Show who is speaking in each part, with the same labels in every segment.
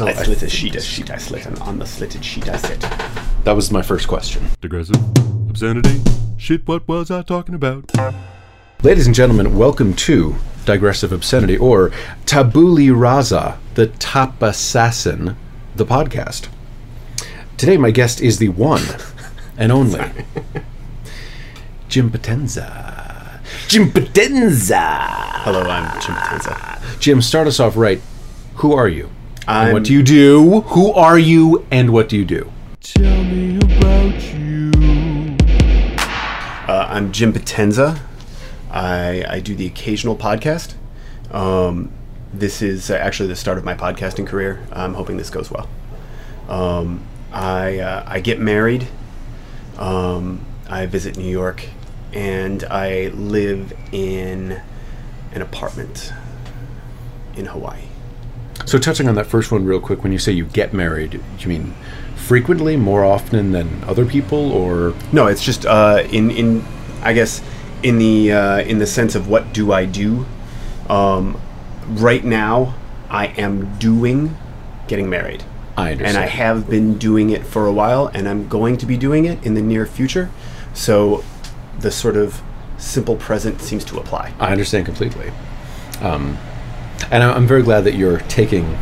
Speaker 1: I slit a sheet, a sheet I slit, and on the slitted sheet I sit.
Speaker 2: That was my first question.
Speaker 3: Digressive. Obscenity. Shit, what was I talking about?
Speaker 2: Ladies and gentlemen, welcome to Digressive Obscenity or Tabuli Raza, the Top Assassin, the podcast. Today, my guest is the one and only Jim Potenza. Jim Potenza!
Speaker 1: Hello, I'm Jim Potenza.
Speaker 2: Jim, start us off right. Who are you? and
Speaker 1: I'm-
Speaker 2: what do you do? Who are you and what do you do?
Speaker 3: Tell me about you.
Speaker 1: Uh, I'm Jim Potenza. I, I do the occasional podcast. Um, this is uh, actually the start of my podcasting career. I'm hoping this goes well. Um, I, uh, I get married. Um, I visit New York. And I live in an apartment in Hawaii.
Speaker 2: So, touching on that first one real quick, when you say you get married, do you mean frequently, more often than other people, or
Speaker 1: No, it's just uh, in in I guess in the uh, in the sense of what do I do? Um, right now, I am doing getting married,
Speaker 2: I understand?
Speaker 1: and I have been doing it for a while, and I'm going to be doing it in the near future. So, the sort of simple present seems to apply.
Speaker 2: I understand completely, um, and I- I'm very glad that you're taking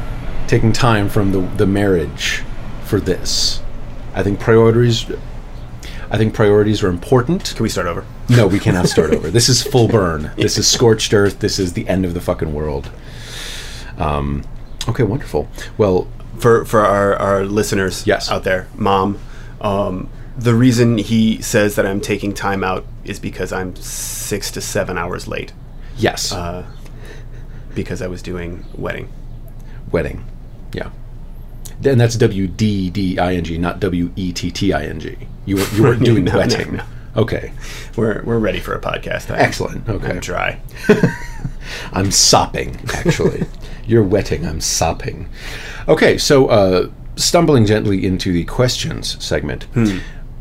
Speaker 2: taking time from the the marriage for this. I think priorities. I think priorities are important.
Speaker 1: Can we start over?
Speaker 2: No, we cannot start over. This is full burn. This is scorched earth. This is the end of the fucking world. Um, okay, wonderful. Well,
Speaker 1: for for our, our listeners
Speaker 2: Yes.
Speaker 1: out there, mom. Um, the reason he says that I'm taking time out is because I'm six to seven hours late
Speaker 2: yes,
Speaker 1: because I was doing wedding.
Speaker 2: wedding. Yeah. And that's W D D I N G, not W E T T I N G. You were, you weren't doing
Speaker 1: No, no,
Speaker 2: wedding.
Speaker 1: no.
Speaker 2: Okay.
Speaker 1: We're we're ready for a podcast. I'm,
Speaker 2: Excellent.
Speaker 1: I'm
Speaker 2: Okay.
Speaker 1: dry.
Speaker 2: I'm sopping, actually. You're wetting. I'm sopping. Okay. So, uh, stumbling gently into the questions segment.
Speaker 1: Hmm.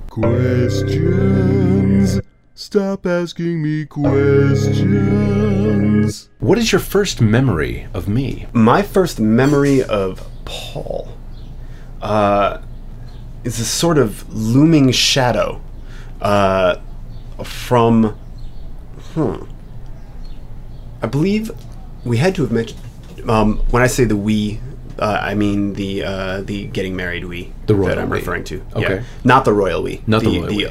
Speaker 3: Questions. Stop asking me questions.
Speaker 2: What is your first memory of me?
Speaker 1: My first memory of Paul uh, is a sort of looming shadow uh, from. Hmm. I believe we had to have mentioned. Um, when I say the we, uh, I mean the uh, the getting married we
Speaker 2: The royal
Speaker 1: that I'm
Speaker 2: we.
Speaker 1: referring to.
Speaker 2: Okay.
Speaker 1: Not the royal we.
Speaker 2: Not the royal we.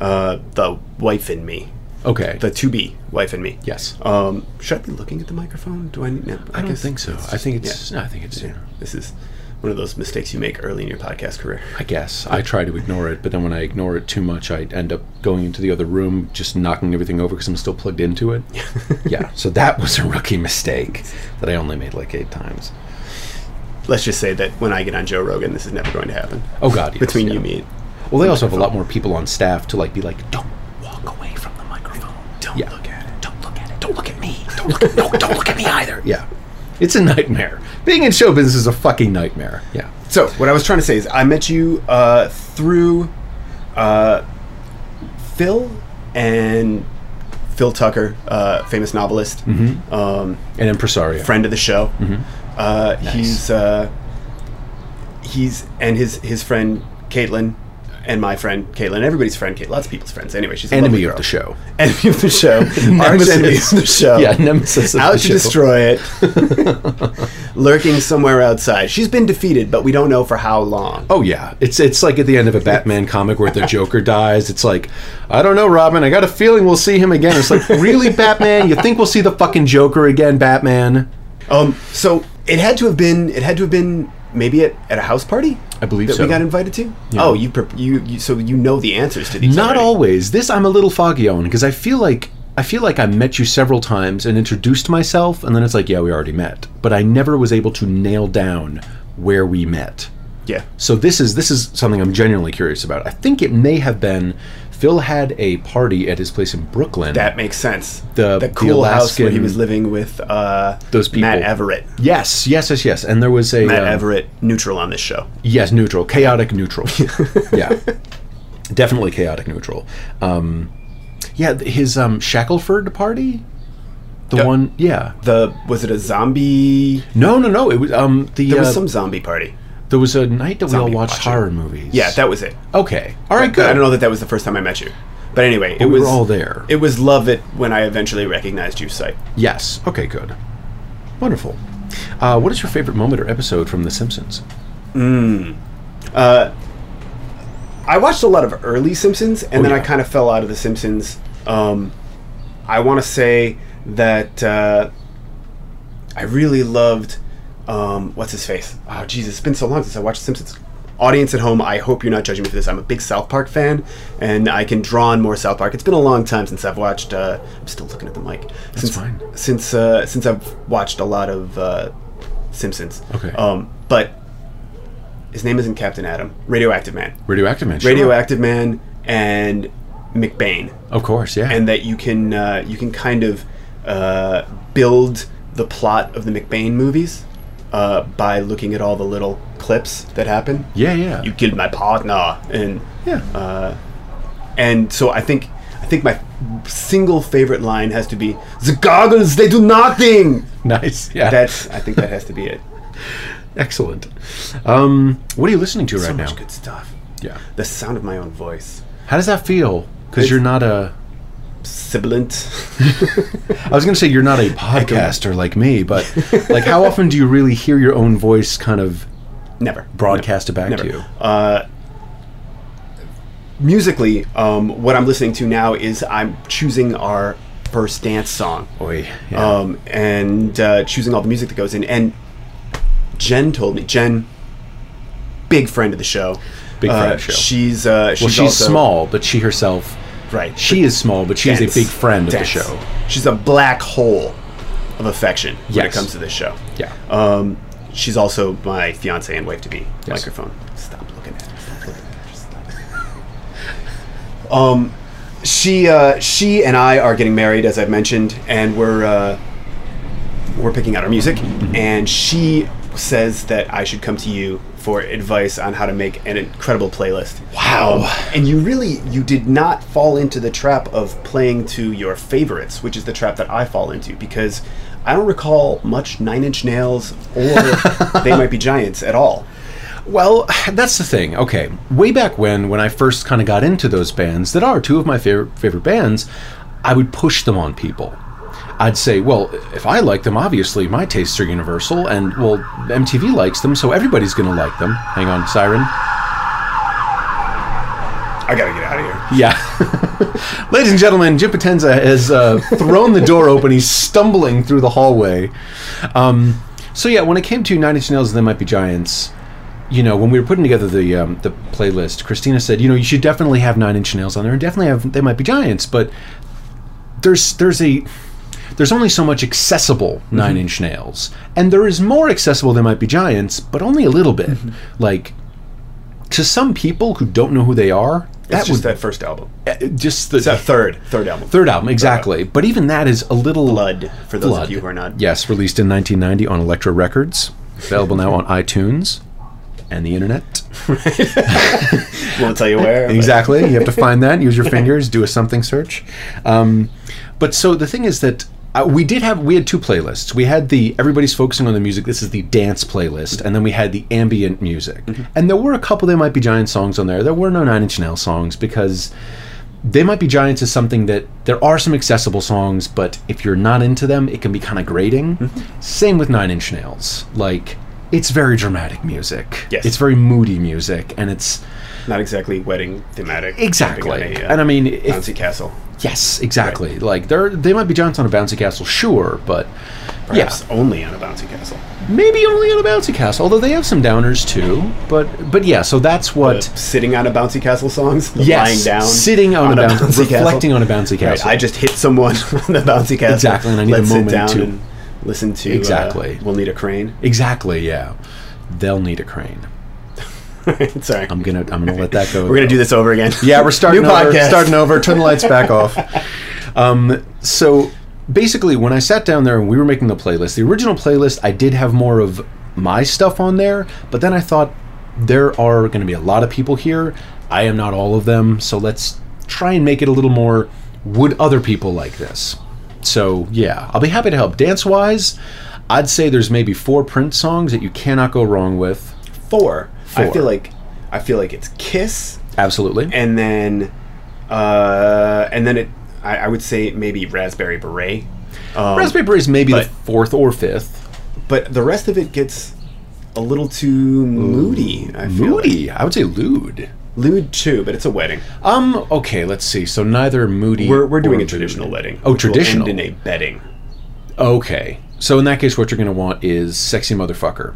Speaker 1: Uh, the wife in me.
Speaker 2: Okay.
Speaker 1: The to be wife in me.
Speaker 2: yes.
Speaker 1: Um, should I be looking at the microphone? Do I need? No,
Speaker 2: I don't
Speaker 1: guess
Speaker 2: think so.
Speaker 1: it's-
Speaker 2: I think it's. No, I think it's.
Speaker 1: yeah, This is one of those mistakes you make early in your podcast career.
Speaker 2: I guess I try to ignore it, but then when I ignore it too much, I end up going into the other room, just knocking everything over because I'm still plugged into it. yeah. So that was a rookie mistake that I only made like eight times.
Speaker 1: Let's just say that when I get on Joe Rogan, this is never going to happen.
Speaker 2: Oh God. Yes,
Speaker 1: Between
Speaker 2: yeah.
Speaker 1: you and me,
Speaker 2: Well, they also have a lot more people on staff to like be like, don't walk away from the microphone.
Speaker 1: don't
Speaker 2: Yeah.
Speaker 1: look at it.
Speaker 2: Don't look at it. Don't look at me. Don't look. At, no, don't look at me either. Yeah. It's a nightmare. Being in show business is a fucking nightmare. Yeah.
Speaker 1: So what I was trying to say is, I met you uh, through uh, Phil and Phil Tucker, uh, famous novelist,
Speaker 2: Mm-hmm.
Speaker 1: um,
Speaker 2: And impresario.
Speaker 1: friend of the show.
Speaker 2: Mm-hmm.
Speaker 1: Uh, He's uh, he's and his his friend Caitlin and my friend Caitlin, everybody's friend Caitlin, lots of people's friends. Anyway, she's a lovely
Speaker 2: Enemy of
Speaker 1: girl.
Speaker 2: the show.
Speaker 1: enemy of the show, arch
Speaker 2: Nemesis.
Speaker 1: enemy of the show.
Speaker 2: Yeah, nemesis of
Speaker 1: out
Speaker 2: the
Speaker 1: to
Speaker 2: show.
Speaker 1: destroy it, lurking somewhere outside. She's been defeated, but we don't know for how long.
Speaker 2: Oh yeah, it's it's like at the end of a Batman comic where the Joker dies. It's like, I don't know, Robin. I got a feeling we'll see him again. It's like, really, Batman? You think we'll see the fucking Joker again, Batman?
Speaker 1: Um, so it had to have been. It had to have been maybe at, at a house party.
Speaker 2: I believe
Speaker 1: that
Speaker 2: so.
Speaker 1: we got invited to. Oh, you, pre- you you so you know the answers to these.
Speaker 2: Not
Speaker 1: already.
Speaker 2: always. This I'm a little foggy on because I feel like I feel like I met you several times and introduced myself, and then it's like, yeah, we already met. But I never was able to nail down where we met.
Speaker 1: Yeah.
Speaker 2: So this is this is something I'm genuinely curious about. I think it may have been Phil had a party at his place in Brooklyn.
Speaker 1: That makes sense.
Speaker 2: The-
Speaker 1: the
Speaker 2: the
Speaker 1: cool house where he
Speaker 2: Alaskan-
Speaker 1: was living with uh,
Speaker 2: Those people.
Speaker 1: Matt Everett.
Speaker 2: yes, yes, yes, yes. And there was a
Speaker 1: Matt
Speaker 2: um,
Speaker 1: Everett, neutral on this show.
Speaker 2: Yes, neutral, chaotic neutral. yeah, definitely chaotic neutral. Um, yeah, th- his um, Shackleford party The
Speaker 1: Yep.
Speaker 2: one, yeah.
Speaker 1: The was it a zombie?
Speaker 2: No, no, no. It was um the
Speaker 1: There was
Speaker 2: uh,
Speaker 1: some zombie party.
Speaker 2: there was a night that we all
Speaker 1: zombie
Speaker 2: watched
Speaker 1: watching.
Speaker 2: horror movies.
Speaker 1: Yeah, that was it.
Speaker 2: okay. All right,
Speaker 1: But
Speaker 2: good.
Speaker 1: I don't know that that was the first time I met you, but anyway, it
Speaker 2: we
Speaker 1: was
Speaker 2: were all there.
Speaker 1: It was love it when I eventually recognized you site.
Speaker 2: Yes. Okay, good. Wonderful. Uh, what is your favorite moment or episode from The Simpsons?
Speaker 1: I watched a lot of early Simpsons, and then I
Speaker 2: Oh, yeah.
Speaker 1: kind of fell out of the Simpsons. Um, I want to say that uh, I really loved um, what's his face. Oh, Jesus, it's been so long since I watched Simpsons. Audience at home, I hope you're not judging me for this. I'm a big South Park fan, and I can draw on more South Park. It's been a long time since I've watched. Uh, I'm still looking at the mic. since
Speaker 2: fine.
Speaker 1: since uh, since I've watched a lot of uh, Simpsons.
Speaker 2: Okay.
Speaker 1: Um, but his name isn't Captain Adam. Radioactive Man.
Speaker 2: Radioactive Man. sure.
Speaker 1: Radioactive Man and McBain,
Speaker 2: Of course, yeah.
Speaker 1: and that you can uh, you can kind of uh, build the plot of the McBain movies uh, by looking at all the little clips that happen.
Speaker 2: yeah, yeah.
Speaker 1: You uh, killed my partner, and
Speaker 2: yeah.
Speaker 1: and so I think I think my single favorite line has to be the goggles. They do nothing.
Speaker 2: nice. Yeah.
Speaker 1: That's I think that has to be it.
Speaker 2: excellent. Um, what are you listening to
Speaker 1: So
Speaker 2: right
Speaker 1: much
Speaker 2: now?
Speaker 1: good stuff.
Speaker 2: Yeah.
Speaker 1: The sound of my own voice,
Speaker 2: How does that feel? Because you're not a.
Speaker 1: sibilant.
Speaker 2: I was going to say you're not a podcaster like me, but like, how often do you really hear your own voice kind of
Speaker 1: Never
Speaker 2: broadcasted back
Speaker 1: Never. Oh,
Speaker 2: to you?
Speaker 1: musically, um, what I'm listening to now is I'm choosing our first dance song
Speaker 2: Oy. Yeah.
Speaker 1: um, and uh, choosing all the music that goes in. And Jen told me, Jen, big friend of the show.
Speaker 2: Big friend
Speaker 1: uh,
Speaker 2: of the show.
Speaker 1: She's, uh, she's,
Speaker 2: well, she's
Speaker 1: also-
Speaker 2: small, but she herself.
Speaker 1: Right.
Speaker 2: She is small, but she
Speaker 1: Dense.
Speaker 2: is a big friend
Speaker 1: Dense.
Speaker 2: of the show.
Speaker 1: She's a black hole of affection when it
Speaker 2: Yes.
Speaker 1: comes to this show.
Speaker 2: Yeah.
Speaker 1: Um, she's also my fiance and wife to be.
Speaker 2: Yes.
Speaker 1: Microphone. Stop looking at her. Stop looking at her. Just stop. um, she uh, she and I are getting married, as I've mentioned, and we're uh, we're picking out our music. And she says that I should come to you for advice on how to make an incredible playlist. Um,
Speaker 2: Wow.
Speaker 1: and you really you did not fall into the trap of playing to your favorites, which is the trap that I fall into because I don't recall much Nine Inch Nails or They Might Be Giants at all.
Speaker 2: Well, that's the thing. Okay, way back when, when I first kind of got into those bands that are two of my favorite favorite bands, I would push them on people. I'd say, well, if I like them, obviously my tastes are universal, and well, MTV likes them, so everybody's going to like them. Hang on, siren.
Speaker 1: I gotta get out of here.
Speaker 2: Yeah. Ladies and gentlemen, Jim Potenza has uh, thrown the door open. He's stumbling through the hallway. Um, so yeah, when it came to Nine Inch Nails and They Might Be Giants, you know, when we were putting together the um, the playlist, Christina said, you know, you should definitely have Nine Inch Nails on there, and definitely have They Might Be Giants, but there's there's a there's only so much accessible nine inch nails and there is more accessible than might be giants but only a little bit like to some people who don't know who they are
Speaker 1: That's
Speaker 2: that
Speaker 1: just
Speaker 2: was
Speaker 1: that first album.
Speaker 2: just the
Speaker 1: It's that third, third album.
Speaker 2: third album exactly but even that is a little
Speaker 1: Blood, for those
Speaker 2: Blood.
Speaker 1: of you who are not.
Speaker 2: yes released in 1990 on elektra records available now on itunes and the internet
Speaker 1: Won't tell you where. but-
Speaker 2: exactly you have to find that use your fingers do a something search um, but so the thing is that uh, we did have we had two playlists we had the everybody's focusing on the music this is the dance playlist and then we had the ambient music and there were a couple there might be giant songs on there there were no nine inch nail songs because they might be giants is something that there are some accessible songs but if you're not into them it can be kind of grating same with nine inch nails like it's very dramatic music
Speaker 1: Yes.
Speaker 2: it's very moody music and it's
Speaker 1: Not exactly wedding thematic.
Speaker 2: Exactly.
Speaker 1: Jumping on a, uh,
Speaker 2: and I mean, if,
Speaker 1: bouncy castle.
Speaker 2: yes, exactly. Like there, they might be Johnson on a bouncy castle, sure, but
Speaker 1: Perhaps only on a bouncy castle.
Speaker 2: yeah, maybe only on a bouncy castle. Although they have some downers too, but but yeah. So that's
Speaker 1: But
Speaker 2: what.
Speaker 1: sitting on a bouncy castle songs. the
Speaker 2: yes,
Speaker 1: lying down.
Speaker 2: sitting on, a, bouncy, reflecting on a bouncy
Speaker 1: Right,
Speaker 2: castle.
Speaker 1: I just hit someone on the bouncy castle.
Speaker 2: Exactly, and I need a
Speaker 1: Let's
Speaker 2: moment
Speaker 1: sit down
Speaker 2: to-
Speaker 1: and listen to. uh,
Speaker 2: Exactly.
Speaker 1: we'll need a crane.
Speaker 2: exactly. Yeah, they'll need a crane.
Speaker 1: Sorry.
Speaker 2: I'm gonna I'm gonna let that go.
Speaker 1: We're gonna do this over again.
Speaker 2: Yeah, we're starting
Speaker 1: New
Speaker 2: over.
Speaker 1: podcast.
Speaker 2: Starting over. Turn the lights back off. Um, so basically, when I sat down there and we were making the playlist, the original playlist, I did have more of my stuff on there, but then I thought there are going to be a lot of people here. I am not all of them, so let's try and make it a little more. Would other people like this? So yeah, I'll be happy to help. Dance wise, I'd say there's maybe four Prince songs that you cannot go wrong with.
Speaker 1: Four. I
Speaker 2: Four.
Speaker 1: feel like I feel like it's Kiss,
Speaker 2: Absolutely.
Speaker 1: and then uh, and then it. I, I would say maybe Raspberry Beret. Um,
Speaker 2: Raspberry Beret is maybe
Speaker 1: but-
Speaker 2: the fourth or fifth.
Speaker 1: but the rest of it gets a little too moody. I feel like.
Speaker 2: Moody, I would say lewd.
Speaker 1: lewd too, but it's a wedding.
Speaker 2: Um. Okay. Let's see. So neither moody.
Speaker 1: We're, we're doing
Speaker 2: or
Speaker 1: a traditional wedding.
Speaker 2: Oh,
Speaker 1: which will
Speaker 2: traditional.
Speaker 1: End in a bedding,
Speaker 2: Okay. So in that case, what you're going to want is sexy motherfucker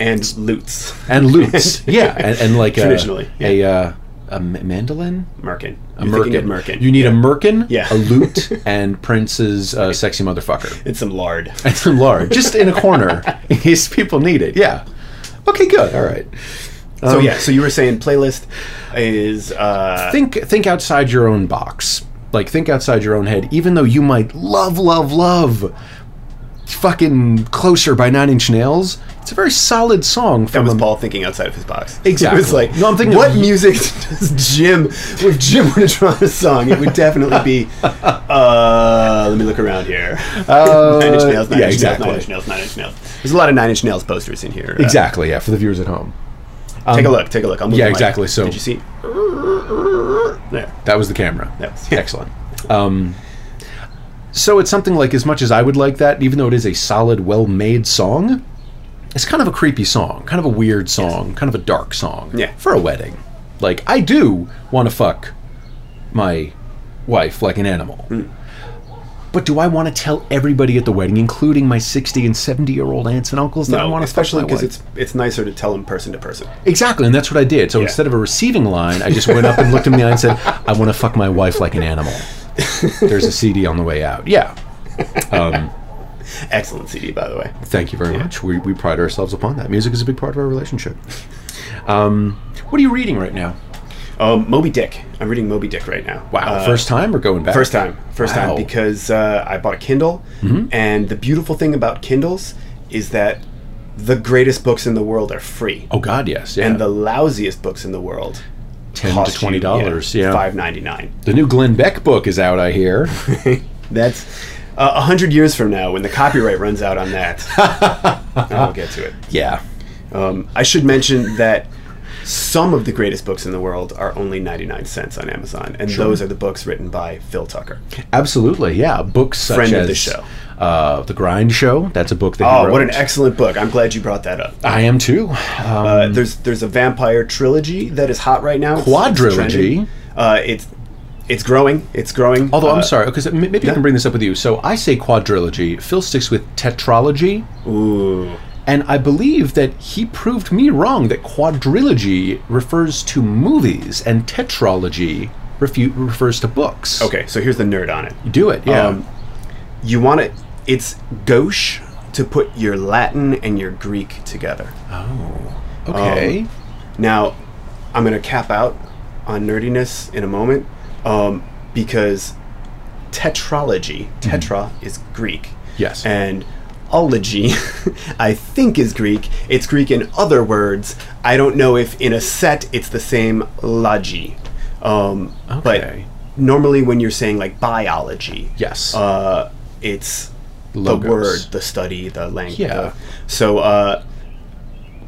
Speaker 1: and lutes,
Speaker 2: and lutes. yeah, and, and like a-
Speaker 1: Traditionally,
Speaker 2: a, uh, a m- mandolin.
Speaker 1: merkin.
Speaker 2: A
Speaker 1: You're thinking of merkin.
Speaker 2: You need a merkin,
Speaker 1: Yeah.
Speaker 2: a lute, and Prince's uh, sexy motherfucker.
Speaker 1: it's some lard.
Speaker 2: And some lard, just in a corner, in case people need it. Yeah. Okay. Good. All right. Oh,
Speaker 1: so yeah, so you were saying playlist is uh,
Speaker 2: think think outside your own box like think outside your own head even though you might love love love fucking closer by nine inch nails it's a very solid song
Speaker 1: that
Speaker 2: from
Speaker 1: was
Speaker 2: a-
Speaker 1: Paul thinking outside of his box.
Speaker 2: Exactly.
Speaker 1: It was like,
Speaker 2: No, I'm thinking
Speaker 1: what
Speaker 2: of-
Speaker 1: music does Jim? If Jim were to draw a song, it would definitely be. Uh, let me look around here.
Speaker 2: Uh,
Speaker 1: Nine Inch Nails, Nine
Speaker 2: yeah,
Speaker 1: Inch
Speaker 2: exactly.
Speaker 1: Nails, Nine Inch Nails, Nine Inch Nails. There's a lot of Nine Inch Nails posters in here. Uh,
Speaker 2: exactly yeah for the viewers at home
Speaker 1: Take a look. Take a look. I'll move
Speaker 2: Um, yeah,
Speaker 1: the mic.
Speaker 2: exactly, so-
Speaker 1: did you see? There.
Speaker 2: that was the camera
Speaker 1: That was-
Speaker 2: excellent um so it's something like as much as i would like that even though it is a solid well-made song it's kind of a creepy song kind of a weird song kind of a dark song
Speaker 1: Yeah.
Speaker 2: for a wedding like i do want to fuck my wife like an animal.
Speaker 1: Hmm.
Speaker 2: But do I want to tell everybody at the wedding, including my 60 and 70 year old aunts and uncles, that I
Speaker 1: No,
Speaker 2: want to
Speaker 1: especially
Speaker 2: because
Speaker 1: because it's it's nicer to tell them person to person.
Speaker 2: Exactly, and that's what I did. So instead of a receiving line, I just went up and looked him in the eye and said, I want to fuck my wife like an animal. There's a CD on the way out. Yeah. Um,
Speaker 1: Excellent CD, by the way.
Speaker 2: Thank you very much. We, we pride ourselves upon that. Music is a big part of our relationship. Um, what are you reading right now?
Speaker 1: Um, Moby Dick. I'm reading Moby Dick right now.
Speaker 2: Wow.
Speaker 1: Uh,
Speaker 2: first time or going back?
Speaker 1: First time, first
Speaker 2: Wow. Mm-hmm.
Speaker 1: time, because uh, I bought a Kindle, and the beautiful thing about Kindles is that the greatest books in the world are free,
Speaker 2: Oh, God, yes. Yeah.
Speaker 1: and the lousiest books in the world
Speaker 2: 10 to
Speaker 1: cost you,
Speaker 2: $20. yeah.
Speaker 1: five ninety nine.
Speaker 2: The new Glenn Beck book is out, I hear.
Speaker 1: That's uh, a hundred years from now when the copyright runs out on that. I'll get to it.
Speaker 2: yeah.
Speaker 1: Um, I should mention that some of the greatest books in the world are only 99 cents on Amazon, and those are the books written by Phil Tucker.
Speaker 2: Absolutely, yeah. Books such
Speaker 1: Friend
Speaker 2: as
Speaker 1: of the show.
Speaker 2: uh, the Grind Show. That's a book that. he
Speaker 1: Oh,
Speaker 2: wrote.
Speaker 1: what an excellent book! I'm glad you brought that up.
Speaker 2: I am too. Um,
Speaker 1: Uh, there's there's a vampire trilogy that is hot right now. It's- It's,
Speaker 2: Quadrilogy?
Speaker 1: trending. uh, it's it's growing. It's growing.
Speaker 2: although
Speaker 1: Uh,
Speaker 2: I'm sorry, because maybe I can bring this up with you. So I say quadrilogy. Phil sticks with tetralogy,
Speaker 1: Ooh.
Speaker 2: and I believe that he proved me wrong. That quadrilogy refers to movies, and tetralogy refu- refers to books.
Speaker 1: Okay, so here's the nerd on it.
Speaker 2: do it. Yeah.
Speaker 1: Um, You want it? It's gauche to put your Latin and your Greek together.
Speaker 2: okay.
Speaker 1: um, Now, I'm going to cap out on nerdiness in a moment um, because tetralogy, tetra is Greek.
Speaker 2: Mm-hmm. Yes.
Speaker 1: And ology, I think, is Greek. It's Greek in other words. I don't know if in a set it's the same logy. Um,
Speaker 2: Okay.
Speaker 1: But normally when you're saying like biology,
Speaker 2: yes.
Speaker 1: uh, it's
Speaker 2: Logos.
Speaker 1: the word, the study, the language.
Speaker 2: Yeah.
Speaker 1: So uh,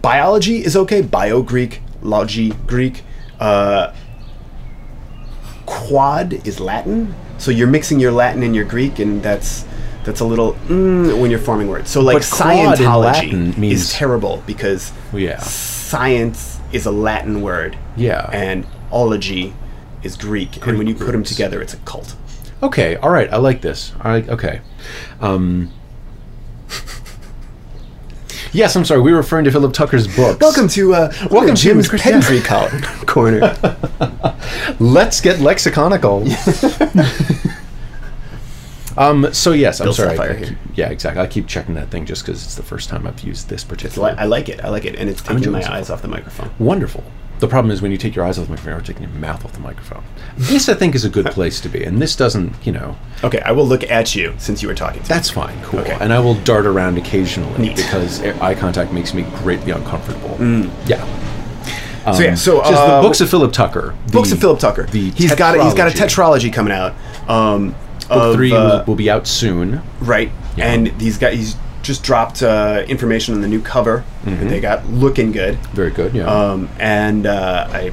Speaker 1: biology is okay. Bio Greek, logi Greek. Uh, quad is Latin. So you're mixing your Latin and your Greek, and that's that's a little mm, when you're forming words. So like
Speaker 2: But quad in
Speaker 1: Scientology
Speaker 2: Latin
Speaker 1: is
Speaker 2: means-
Speaker 1: terrible because
Speaker 2: Yeah.
Speaker 1: science is a Latin word.
Speaker 2: Yeah.
Speaker 1: And ology is Greek, and when you put them together, it's a cult.
Speaker 2: Okay, all right, I like this. I okay. Um, yes, I'm sorry. We were referring to Philip Tucker's books.
Speaker 1: Welcome to uh,
Speaker 2: Welcome to
Speaker 1: Jim's
Speaker 2: Christian-
Speaker 1: Pedantry Col- Corner.
Speaker 2: Let's get lexiconical. um. So yes, I'm
Speaker 1: Bill
Speaker 2: sorry.
Speaker 1: Sapphire
Speaker 2: I keep-
Speaker 1: here.
Speaker 2: Yeah, exactly. I keep checking that thing just because it's the first time I've used this particular.
Speaker 1: Li- I like it. I like it, and it's taking
Speaker 2: enjoying
Speaker 1: my
Speaker 2: myself.
Speaker 1: eyes off the microphone.
Speaker 2: Wonderful. The problem is when you take your eyes off the microphone, you're taking your mouth off the microphone. This, I think, is a good place to be, and this doesn't, you know,
Speaker 1: Okay, I will look at you since you were talking. To me.
Speaker 2: That's fine, cool.
Speaker 1: Okay.
Speaker 2: And I will dart around occasionally
Speaker 1: Neat. Mm.
Speaker 2: because a- eye contact makes me greatly uncomfortable. Yeah. Um,
Speaker 1: So yeah, so,
Speaker 2: just
Speaker 1: uh,
Speaker 2: the books of Philip Tucker. The
Speaker 1: books of Philip Tucker.
Speaker 2: The
Speaker 1: he's got a, he's got a
Speaker 2: tetralogy.
Speaker 1: tetralogy coming out. Um,
Speaker 2: Book
Speaker 1: of,
Speaker 2: three
Speaker 1: uh,
Speaker 2: will, will be out soon.
Speaker 1: Right.
Speaker 2: Yeah.
Speaker 1: And these guys he's just dropped uh, information on the new cover
Speaker 2: Mm-hmm.
Speaker 1: that they got looking good.
Speaker 2: Very good. Yeah.
Speaker 1: Um, and uh, I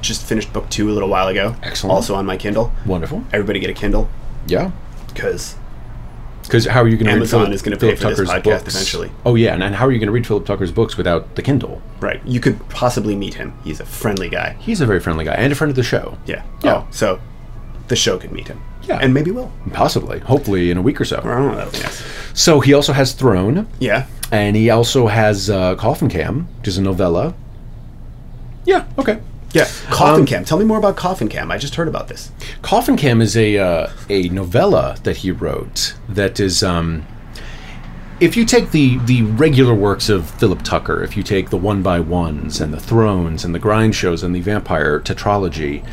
Speaker 1: just finished book two a little while ago.
Speaker 2: Excellent.
Speaker 1: Also on my Kindle.
Speaker 2: Wonderful.
Speaker 1: Everybody get a Kindle
Speaker 2: Yeah.
Speaker 1: because
Speaker 2: Because how are you going to read
Speaker 1: Amazon
Speaker 2: Philip,
Speaker 1: is gonna pay
Speaker 2: Philip
Speaker 1: for this
Speaker 2: Tucker's
Speaker 1: podcast
Speaker 2: books?
Speaker 1: eventually.
Speaker 2: Oh yeah, and, and how are you going to read Philip Tucker's books without the Kindle?
Speaker 1: right you could possibly meet him. He's a friendly guy.
Speaker 2: He's a very friendly guy and a friend of the show.
Speaker 1: Yeah.
Speaker 2: Yeah.
Speaker 1: Oh, so the show could meet him.
Speaker 2: Yeah.
Speaker 1: And maybe will.
Speaker 2: Possibly, hopefully, in a week or so.
Speaker 1: I don't know. That'll be nice.
Speaker 2: So he also has Throne,
Speaker 1: Yeah.
Speaker 2: and he also has uh, Coffin Cam, which is a novella. Yeah. Okay.
Speaker 1: Yeah. Coffin Cam. Tell me more about Coffin Cam. I just heard about this.
Speaker 2: Coffin Cam is a uh, a novella that he wrote that is um, if you take the the regular works of Philip Tucker, if you take the one by ones and the thrones and the grind shows and the vampire tetralogy,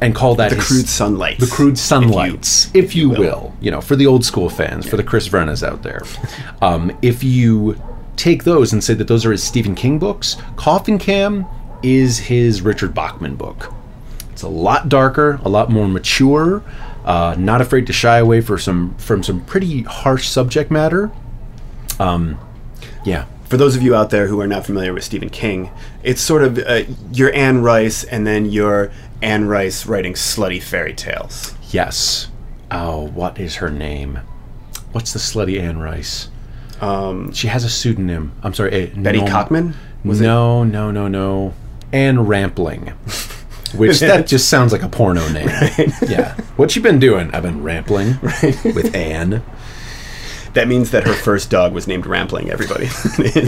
Speaker 2: and call that
Speaker 1: The
Speaker 2: his-
Speaker 1: Crude Sunlight.
Speaker 2: the crude sunlights, if you, will. you know, for the old school fans, for the Chris Vernas out there, um, if you take those and say that those are his Stephen King books, Coffin Cam is his Richard Bachman book. It's a lot darker, a lot more mature, uh, not afraid to shy away for some from some pretty harsh subject matter. Um, yeah,
Speaker 1: for those of you out there who are not familiar with Stephen King, it's sort of uh, your Anne Rice and then your Anne Rice writing slutty fairy tales.
Speaker 2: yes. Oh, what is her name? What's the slutty Anne Rice? Um, she has a pseudonym. I'm sorry, eh,
Speaker 1: Betty
Speaker 2: Nom-
Speaker 1: Cockman?
Speaker 2: no, no, no, no. Anne Rampling. Which that just sounds like a porno name. Yeah. What you been doing? I've been rampling with Anne.
Speaker 1: That means that her first dog was named Rampling, everybody.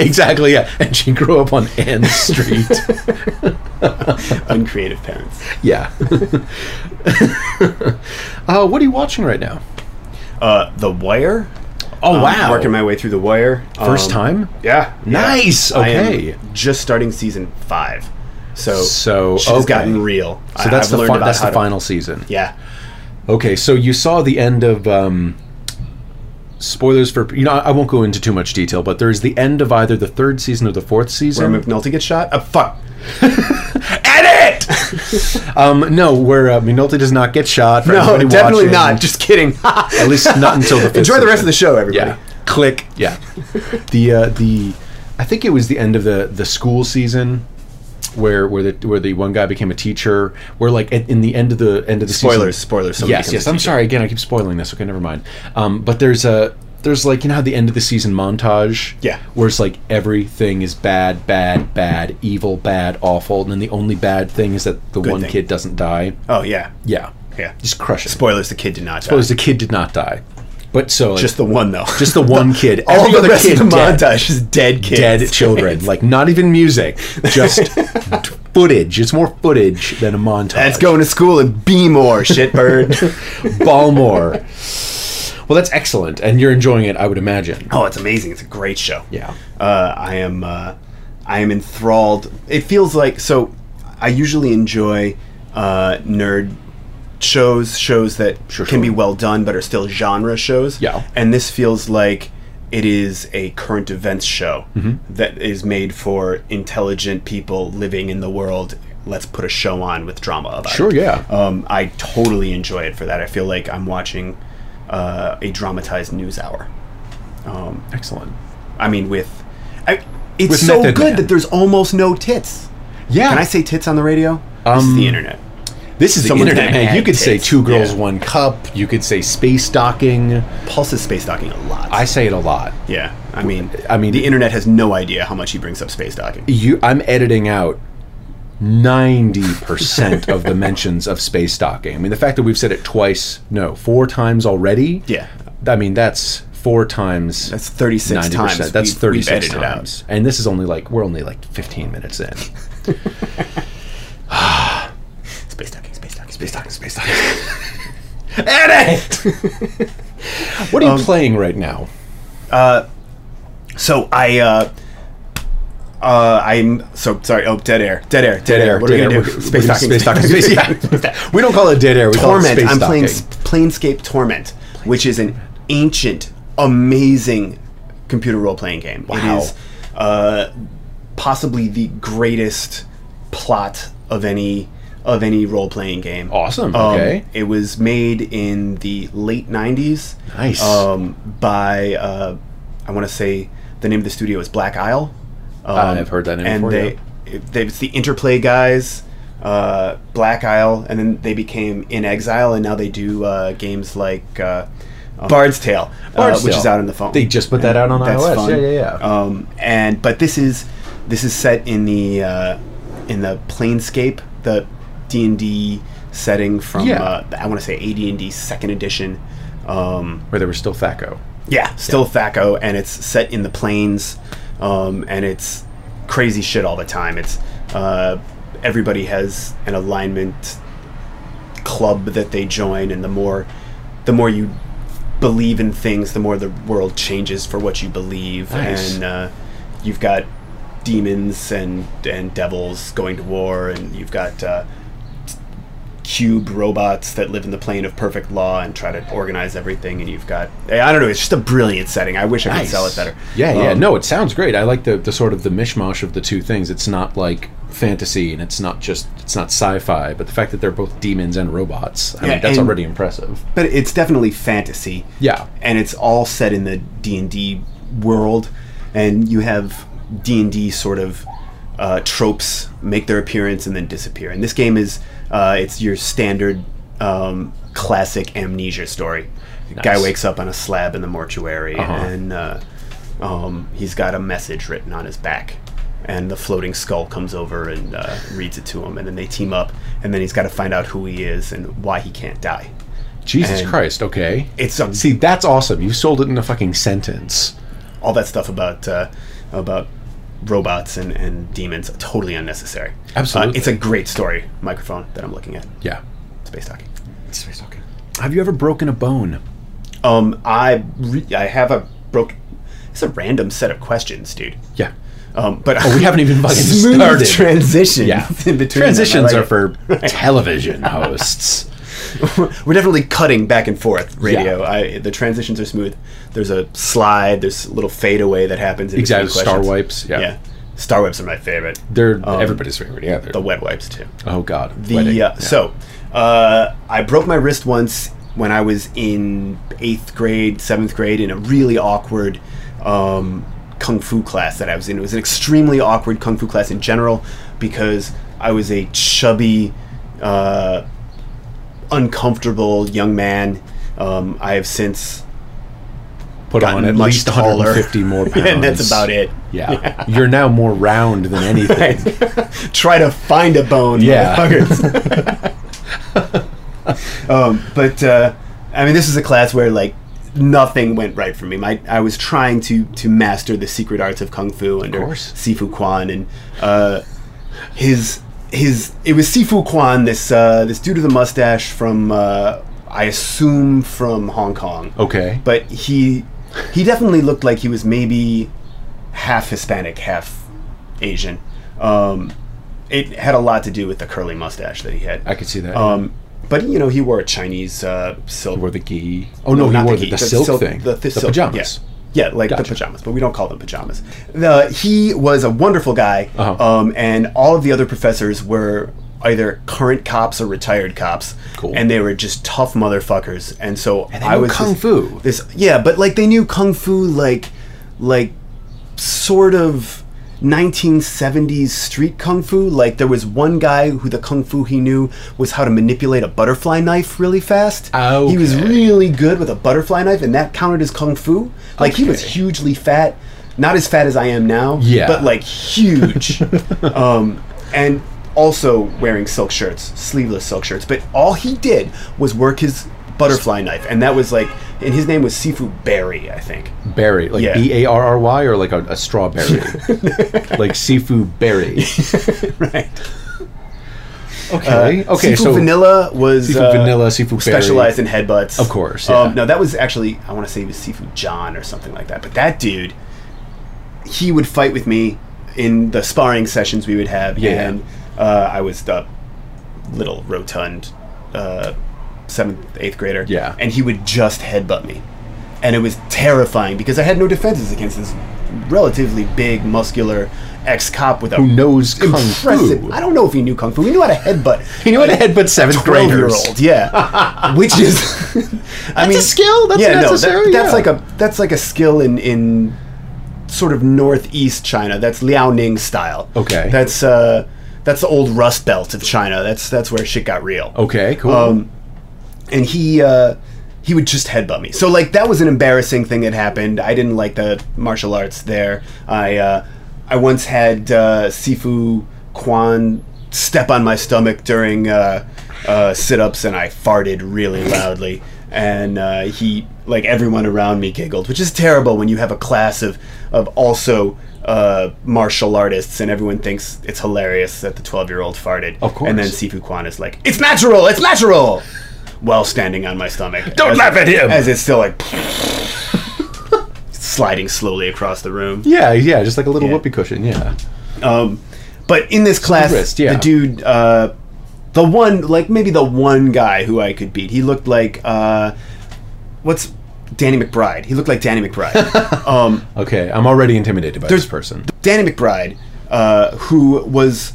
Speaker 2: Exactly, yeah. And she grew up on Anne Street.
Speaker 1: Uncreative parents.
Speaker 2: yeah. uh, what are you watching right now?
Speaker 1: Uh, the Wire.
Speaker 2: Oh
Speaker 1: Um,
Speaker 2: wow.
Speaker 1: Working my way through The Wire.
Speaker 2: First
Speaker 1: Um,
Speaker 2: time?
Speaker 1: Yeah. yeah.
Speaker 2: Nice,
Speaker 1: I am
Speaker 2: okay.
Speaker 1: just starting season five. So,
Speaker 2: So,
Speaker 1: she's
Speaker 2: okay.
Speaker 1: gotten real.
Speaker 2: So that's the
Speaker 1: learned
Speaker 2: fi-
Speaker 1: about
Speaker 2: that's
Speaker 1: how
Speaker 2: the
Speaker 1: to-
Speaker 2: final season.
Speaker 1: Yeah.
Speaker 2: Okay, so you saw the end of um, spoilers for you know I won't go into too much detail, but there's the end of either the third season or the fourth
Speaker 1: Where
Speaker 2: season.
Speaker 1: McNulty gets shot? Oh, fuck.
Speaker 2: Edit. um, no, where uh, McNulty does not get shot. for
Speaker 1: No,
Speaker 2: everybody
Speaker 1: definitely
Speaker 2: watching.
Speaker 1: not. Just kidding.
Speaker 2: At least not until the fifth
Speaker 1: Enjoy the rest of
Speaker 2: season.
Speaker 1: the show, everybody.
Speaker 2: Yeah.
Speaker 1: Click.
Speaker 2: Yeah, the uh, the I think it was the end of the the school season. Where, where the where the one guy became a teacher, where like at, in the end of the end of the season,
Speaker 1: Spoilers, spoilers. somebody
Speaker 2: yes,
Speaker 1: becomes
Speaker 2: yes.
Speaker 1: a
Speaker 2: I'm
Speaker 1: teacher.
Speaker 2: sorry again. I keep spoiling this. Okay, never mind. Um, but there's a there's like you know how the end of the season montage,
Speaker 1: Yeah.
Speaker 2: where it's like everything is bad, bad, bad, evil, bad, awful, and then the only bad thing is that the one
Speaker 1: thing.
Speaker 2: kid doesn't die.
Speaker 1: Oh yeah,
Speaker 2: Yeah,
Speaker 1: yeah.
Speaker 2: just crush it.
Speaker 1: Spoilers: the kid did not.
Speaker 2: Suppose
Speaker 1: die.
Speaker 2: the kid did not die, but so like,
Speaker 1: Just the one though.
Speaker 2: just the one kid.
Speaker 1: all
Speaker 2: Every
Speaker 1: the
Speaker 2: other
Speaker 1: rest
Speaker 2: kid
Speaker 1: of the
Speaker 2: dead,
Speaker 1: montage is dead kids.
Speaker 2: dead children. Like not even music, just footage. It's more footage than a montage.
Speaker 1: That's going to school and be more shitbird.
Speaker 2: Balmore. Well, that's excellent, and you're enjoying it, I would imagine.
Speaker 1: oh, it's amazing. It's a great show.
Speaker 2: Yeah.
Speaker 1: Uh, I am. Uh, I am enthralled. It feels like so. I usually enjoy uh, nerd shows, shows that can be well done but are still genre shows.
Speaker 2: Yeah.
Speaker 1: And this feels like it is a current events show
Speaker 2: Mm-hmm.
Speaker 1: that is made for intelligent people living in the world. Let's put a show on with drama about it.
Speaker 2: Sure, yeah.
Speaker 1: Um, I totally enjoy it for that. I feel like I'm watching uh, a dramatized news hour.
Speaker 2: Excellent.
Speaker 1: I mean, with I, it's
Speaker 2: With
Speaker 1: so
Speaker 2: Method
Speaker 1: good
Speaker 2: Man.
Speaker 1: that there's almost no tits.
Speaker 2: Yeah.
Speaker 1: Can I say tits on the radio? this is
Speaker 2: Um,
Speaker 1: the internet.
Speaker 2: this is the
Speaker 1: someone's
Speaker 2: internet,
Speaker 1: gonna
Speaker 2: man. You
Speaker 1: add
Speaker 2: could say
Speaker 1: tits.
Speaker 2: two girls,
Speaker 1: Yeah.
Speaker 2: one cup. You could say space docking.
Speaker 1: Pulse is space docking a lot.
Speaker 2: I say it a lot.
Speaker 1: yeah, I mean,
Speaker 2: I mean-
Speaker 1: the internet has no idea how much he brings up space docking.
Speaker 2: You, I'm editing out. 90% of the mentions of space docking. I mean, the fact that we've said it twice, no, four times already.
Speaker 1: Yeah.
Speaker 2: I mean, that's four times.
Speaker 1: That's 36 times.
Speaker 2: That's
Speaker 1: we've-
Speaker 2: 36
Speaker 1: we've edited
Speaker 2: times. And this is only like, we're only like 15 minutes in.
Speaker 1: Out. Space docking, space docking, space
Speaker 2: Space
Speaker 1: docking.
Speaker 2: docking, space docking. Edit! what
Speaker 1: Um,
Speaker 2: are you playing right now?
Speaker 1: So I, uh, uh, I'm so sorry. Oh, dead air, dead air, dead, air. What are we gonna do?
Speaker 2: Space docking. Space docking. Space, yeah. we don't call it dead air. We call it
Speaker 1: Torment.
Speaker 2: space
Speaker 1: I'm
Speaker 2: docking.
Speaker 1: playing S- Planescape Torment, which is an ancient, amazing computer role playing game.
Speaker 2: Wow.
Speaker 1: It is uh, possibly the greatest plot of any of any role playing game.
Speaker 2: Awesome.
Speaker 1: Um,
Speaker 2: Okay.
Speaker 1: It was made in the late 90s.
Speaker 2: Nice.
Speaker 1: Um, by, uh, I want to say the name of the studio is Black Isle. Um,
Speaker 2: Ah, I've heard that name
Speaker 1: and
Speaker 2: before,
Speaker 1: They, it- they, it's the Interplay guys, uh, Black Isle, and then they became In Exile, and now they do uh, games like uh, Bard's Tale, uh,
Speaker 2: Bard's
Speaker 1: which is
Speaker 2: Tale.
Speaker 1: out on the phone.
Speaker 2: They just put that out on
Speaker 1: That's
Speaker 2: iOS.
Speaker 1: fun.
Speaker 2: Yeah, yeah, yeah.
Speaker 1: Um, and but this is this is set in the uh, in the planescape, the D and D setting from
Speaker 2: Yeah.
Speaker 1: uh, I want to say AD and D second edition. Um,
Speaker 2: Where they were still Thaco.
Speaker 1: yeah, still Thaco, and it's set in the plains, um, and it's crazy shit all the time. It's uh, everybody has an alignment club that they join, and the more the more you believe in things, the more the world changes for what you believe,
Speaker 2: Nice.
Speaker 1: and uh, you've got demons and and devils going to war, and you've got. Uh, cube robots that live in the plane of perfect law and try to organize everything and you've got i don't know it's just a brilliant setting i wish i could sell it better
Speaker 2: Yeah, yeah.
Speaker 1: Um,
Speaker 2: No, it sounds great. I like the, the sort of the mishmash of the two things. It's not like fantasy and it's not just it's not sci-fi, but the fact that they're both demons and robots. I
Speaker 1: Yeah,
Speaker 2: mean, that's
Speaker 1: and-
Speaker 2: already impressive.
Speaker 1: but it's definitely fantasy
Speaker 2: Yeah.
Speaker 1: and it's all set in the d&d world and you have d&d sort of uh, tropes make their appearance and then disappear and this game is uh, it's your standard um, classic amnesia story guy
Speaker 2: Nice.
Speaker 1: wakes up on a slab in the mortuary
Speaker 2: Uh-huh.
Speaker 1: and uh, um, he's got a message written on his back and the floating skull comes over and uh, reads it to him and then they team up and then he's got to find out who he is and why he can't die
Speaker 2: Jesus
Speaker 1: And-
Speaker 2: Christ, okay.
Speaker 1: it's a
Speaker 2: See, that's awesome. You sold it in a fucking sentence.
Speaker 1: all that stuff about uh, about robots and, and demons totally unnecessary.
Speaker 2: Absolutely.
Speaker 1: uh, it's a great story. Microphone that I'm looking at.
Speaker 2: Yeah.
Speaker 1: Space talking.
Speaker 2: Have you ever broken a bone?
Speaker 1: Um, I re- I have a broke. It's a random set of questions, dude.
Speaker 2: Yeah.
Speaker 1: Um, but
Speaker 2: Oh, we haven't even fucking
Speaker 1: smooth
Speaker 2: started.
Speaker 1: transition.
Speaker 2: Yeah.
Speaker 1: in between them. I
Speaker 2: Transitions
Speaker 1: like
Speaker 2: are
Speaker 1: it.
Speaker 2: for television hosts.
Speaker 1: We're definitely cutting back and forth radio.
Speaker 2: Yeah.
Speaker 1: I, the transitions are smooth. There's a slide. There's a little fadeaway that happens. In between
Speaker 2: Exactly. Star
Speaker 1: questions.
Speaker 2: wipes. Yeah.
Speaker 1: Yeah. Star wipes are my favorite.
Speaker 2: They're everybody's favorite. Yeah. they're-
Speaker 1: Um, The wet wipes too.
Speaker 2: oh, God.
Speaker 1: The
Speaker 2: Wedding.
Speaker 1: uh,
Speaker 2: Yeah.
Speaker 1: so uh, I broke my wrist once when I was in eighth grade, seventh grade, in a really awkward um, kung fu class that I was in. It was an extremely awkward kung fu class in general because I was a chubby. Uh, uncomfortable young man. Um, I have since
Speaker 2: put
Speaker 1: gotten
Speaker 2: on at
Speaker 1: much
Speaker 2: least
Speaker 1: taller.
Speaker 2: 150 more pounds.
Speaker 1: and that's about it.
Speaker 2: Yeah. You're now more round than anything.
Speaker 1: Try to find a bone,
Speaker 2: Yeah.
Speaker 1: motherfuckers. um, but uh, I mean, this is a class where like nothing went right for me. My I was trying to to master the secret arts of kung fu under
Speaker 2: course.
Speaker 1: Sifu Kwan and uh, his his it was Sifu Kwan this uh, this dude with a mustache from uh, I assume from Hong Kong.
Speaker 2: Okay.
Speaker 1: but he he definitely looked like he was maybe half Hispanic, half Asian. Um, it had a lot to do with the curly mustache that he had.
Speaker 2: I could see that.
Speaker 1: Um, but you know, he wore a Chinese uh, silk.
Speaker 2: he wore the gi. Oh no,
Speaker 1: not
Speaker 2: he wore the,
Speaker 1: gi,
Speaker 2: the silk, thing.
Speaker 1: The,
Speaker 2: The,
Speaker 1: the silk,
Speaker 2: pajamas.
Speaker 1: Yeah. yeah, like the
Speaker 2: Gotcha.
Speaker 1: pajamas, but we don't call them pajamas. The, he was a wonderful guy,
Speaker 2: Uh-huh.
Speaker 1: um, and all of the other professors were either current cops or retired cops,
Speaker 2: Cool.
Speaker 1: and they were just tough motherfuckers. And so
Speaker 2: they
Speaker 1: I
Speaker 2: knew
Speaker 1: was
Speaker 2: kung
Speaker 1: this-
Speaker 2: fu.
Speaker 1: This, yeah, but like they knew kung fu, like, like sort of 1970s street kung fu. Like there was one guy who the kung fu he knew was how to manipulate a butterfly knife really fast. He was
Speaker 2: Ah, Okay.
Speaker 1: really good with a butterfly knife, and that counted as kung fu. Like he was
Speaker 2: Okay.
Speaker 1: hugely fat, not as fat as I am now.
Speaker 2: Yeah.
Speaker 1: but like huge, um, and also wearing silk shirts, sleeveless silk shirts. But all he did was work his butterfly knife, and that was like, and his name was Sifu Berry, I think.
Speaker 2: Berry, like
Speaker 1: Yeah.
Speaker 2: B A R R Y, or like a, a strawberry, like Sifu berry.
Speaker 1: right. Uh,
Speaker 2: Okay. okay.
Speaker 1: Sifu
Speaker 2: so
Speaker 1: Vanilla was uh,
Speaker 2: Sifu Vanilla, Sifu Berry.
Speaker 1: specialized in headbutts.
Speaker 2: Of course, yeah.
Speaker 1: Um, no, that was actually I want to say it was Sifu John or something like that. But that dude, he would fight with me in the sparring sessions we would have,
Speaker 2: Yeah, yeah.
Speaker 1: and uh, I was the little rotund uh, seventh, eighth grader.
Speaker 2: Yeah.
Speaker 1: and he would just headbutt me, and it was terrifying because I had no defenses against this relatively big, muscular, ex cop with a
Speaker 2: who knows kung
Speaker 1: impressive.
Speaker 2: fu.
Speaker 1: I don't know if he knew kung fu. He knew how to headbutt.
Speaker 2: He knew how to headbutt seventh
Speaker 1: year
Speaker 2: graders.
Speaker 1: old. Yeah, which is. I
Speaker 2: That's a skill. That's
Speaker 1: that-
Speaker 2: necessary,
Speaker 1: that's
Speaker 2: yeah.
Speaker 1: like a that's like a skill in in sort of northeast China. That's Liaoning style.
Speaker 2: Okay.
Speaker 1: That's uh that's the old Rust Belt of China. That's that's where shit got real.
Speaker 2: Okay, cool.
Speaker 1: Um, and he uh, he would just headbutt me. So like that was an embarrassing thing that happened. I didn't like the martial arts there. I uh, I once had uh, Sifu Kwan step on my stomach during uh, uh, sit-ups, and I farted really loudly. And uh, he, like everyone around me, giggled, which is terrible when you have a class of of also uh, martial artists, and everyone thinks it's hilarious that the twelve-year-old farted.
Speaker 2: Of course.
Speaker 1: And then Sifu Kwan is like, "It's natural, it's natural," while standing on my stomach.
Speaker 2: Don't
Speaker 1: As-
Speaker 2: laugh at him!
Speaker 1: As it's still like sliding slowly across the room.
Speaker 2: yeah, yeah, just like a little
Speaker 1: Yeah.
Speaker 2: whoopee cushion. Yeah.
Speaker 1: Um, but in this class,
Speaker 2: The wrist, yeah.
Speaker 1: the dude, uh, the one, like maybe the one guy who I could beat, he looked like uh, what's Danny McBride? He looked like Danny McBride. um,
Speaker 2: Okay, I'm already intimidated by this
Speaker 1: There's-
Speaker 2: person.
Speaker 1: Danny McBride, uh, who was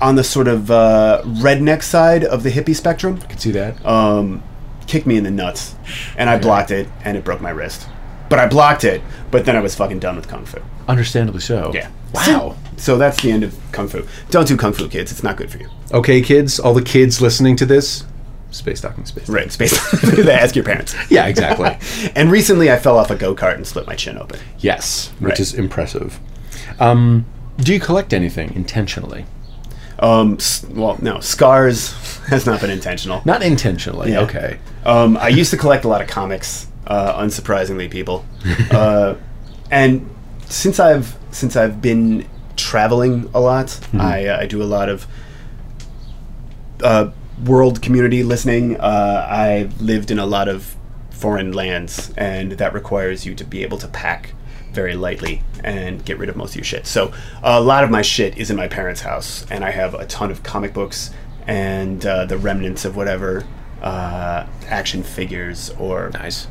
Speaker 1: on the sort of uh, redneck side of the hippie spectrum,
Speaker 2: I can see that.
Speaker 1: um, kicked me in the nuts, and I blocked it, and it broke my wrist. But I blocked it. But then I was fucking done with kung fu.
Speaker 2: Understandably so.
Speaker 1: Yeah.
Speaker 2: Wow.
Speaker 1: So that's the end of kung fu. Don't do kung fu, kids. It's not good for you.
Speaker 2: Okay, kids, all the kids listening to this, space talking space.
Speaker 1: Right? It's basically ask your parents.
Speaker 2: Yeah, exactly.
Speaker 1: And recently, I fell off a go kart and split my chin open.
Speaker 2: yes, which
Speaker 1: Right.
Speaker 2: is impressive. Um, do you collect anything intentionally?
Speaker 1: Um, s- well, no, scars has not been intentional.
Speaker 2: Not intentionally.
Speaker 1: Yeah.
Speaker 2: Okay.
Speaker 1: Um, I used to collect a lot of comics, uh, unsurprisingly, people. Uh, and since I've since I've been traveling a lot, I, uh, I do a lot of uh, world community listening. Uh, I've lived in a lot of foreign lands, and that requires you to be able to pack very lightly and get rid of most of your shit. So a lot of my shit is in my parents' house, and I have a ton of comic books and uh, the remnants of whatever uh, action figures or
Speaker 2: Nice.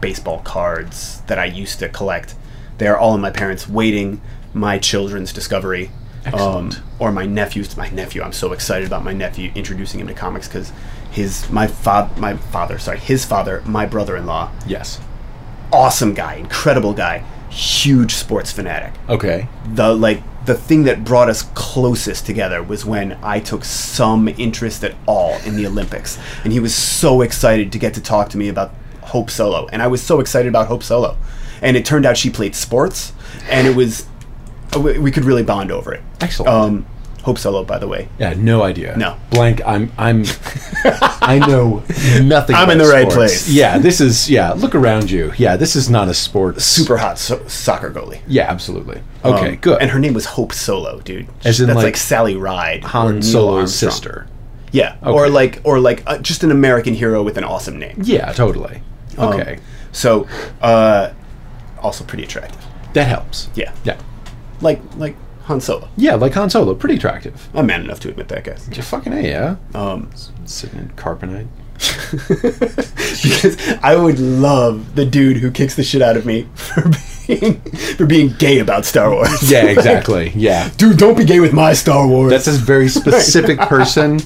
Speaker 1: baseball cards that I used to collect. They are all in my parents' waiting my children's discovery.
Speaker 2: Excellent.
Speaker 1: Um, or my nephew's. My nephew. I'm so excited about my nephew introducing him to comics because his my fa- my father. Sorry, his father, my brother-in-law.
Speaker 2: Yes.
Speaker 1: Awesome guy, incredible guy, huge sports fanatic
Speaker 2: Okay.
Speaker 1: the like the thing that brought us closest together was when I took some interest at all in the Olympics, and he was so excited to get to talk to me about Hope Solo, and I was so excited about Hope Solo, and it turned out she played sports, and it was we we could really bond over it.
Speaker 2: Excellent.
Speaker 1: Um, Hope Solo, by the way,
Speaker 2: Yeah, no idea.
Speaker 1: No.
Speaker 2: Blank. I'm. I'm. I know nothing.
Speaker 1: I'm in
Speaker 2: about
Speaker 1: the right
Speaker 2: sports.
Speaker 1: place.
Speaker 2: Yeah. This is. Yeah. Look around you. Yeah. This is not a sport.
Speaker 1: super hot so- soccer goalie.
Speaker 2: Yeah. Absolutely. Okay.
Speaker 1: Um,
Speaker 2: good.
Speaker 1: And her name was Hope Solo, dude.
Speaker 2: As in,
Speaker 1: That's
Speaker 2: like,
Speaker 1: like, Sally Ride, or
Speaker 2: Han
Speaker 1: Neil
Speaker 2: Solo's
Speaker 1: Armstrong.
Speaker 2: sister.
Speaker 1: Yeah, or
Speaker 2: Okay.
Speaker 1: like or like uh, just an American hero with an awesome name.
Speaker 2: Yeah. Totally.
Speaker 1: Um,
Speaker 2: Okay.
Speaker 1: so, uh, also pretty attractive.
Speaker 2: that helps.
Speaker 1: Yeah.
Speaker 2: Yeah.
Speaker 1: Like like Han Solo.
Speaker 2: Yeah. Like Han Solo. Pretty attractive.
Speaker 1: I'm man enough to admit that, guys.
Speaker 2: You fucking a yeah.
Speaker 1: Um,
Speaker 2: Sitting in carbonite.
Speaker 1: because I would love the dude who kicks the shit out of me for being for being gay about Star Wars.
Speaker 2: Yeah.
Speaker 1: Like,
Speaker 2: Exactly. Yeah.
Speaker 1: dude, don't be gay with my Star Wars.
Speaker 2: That's a very specific person.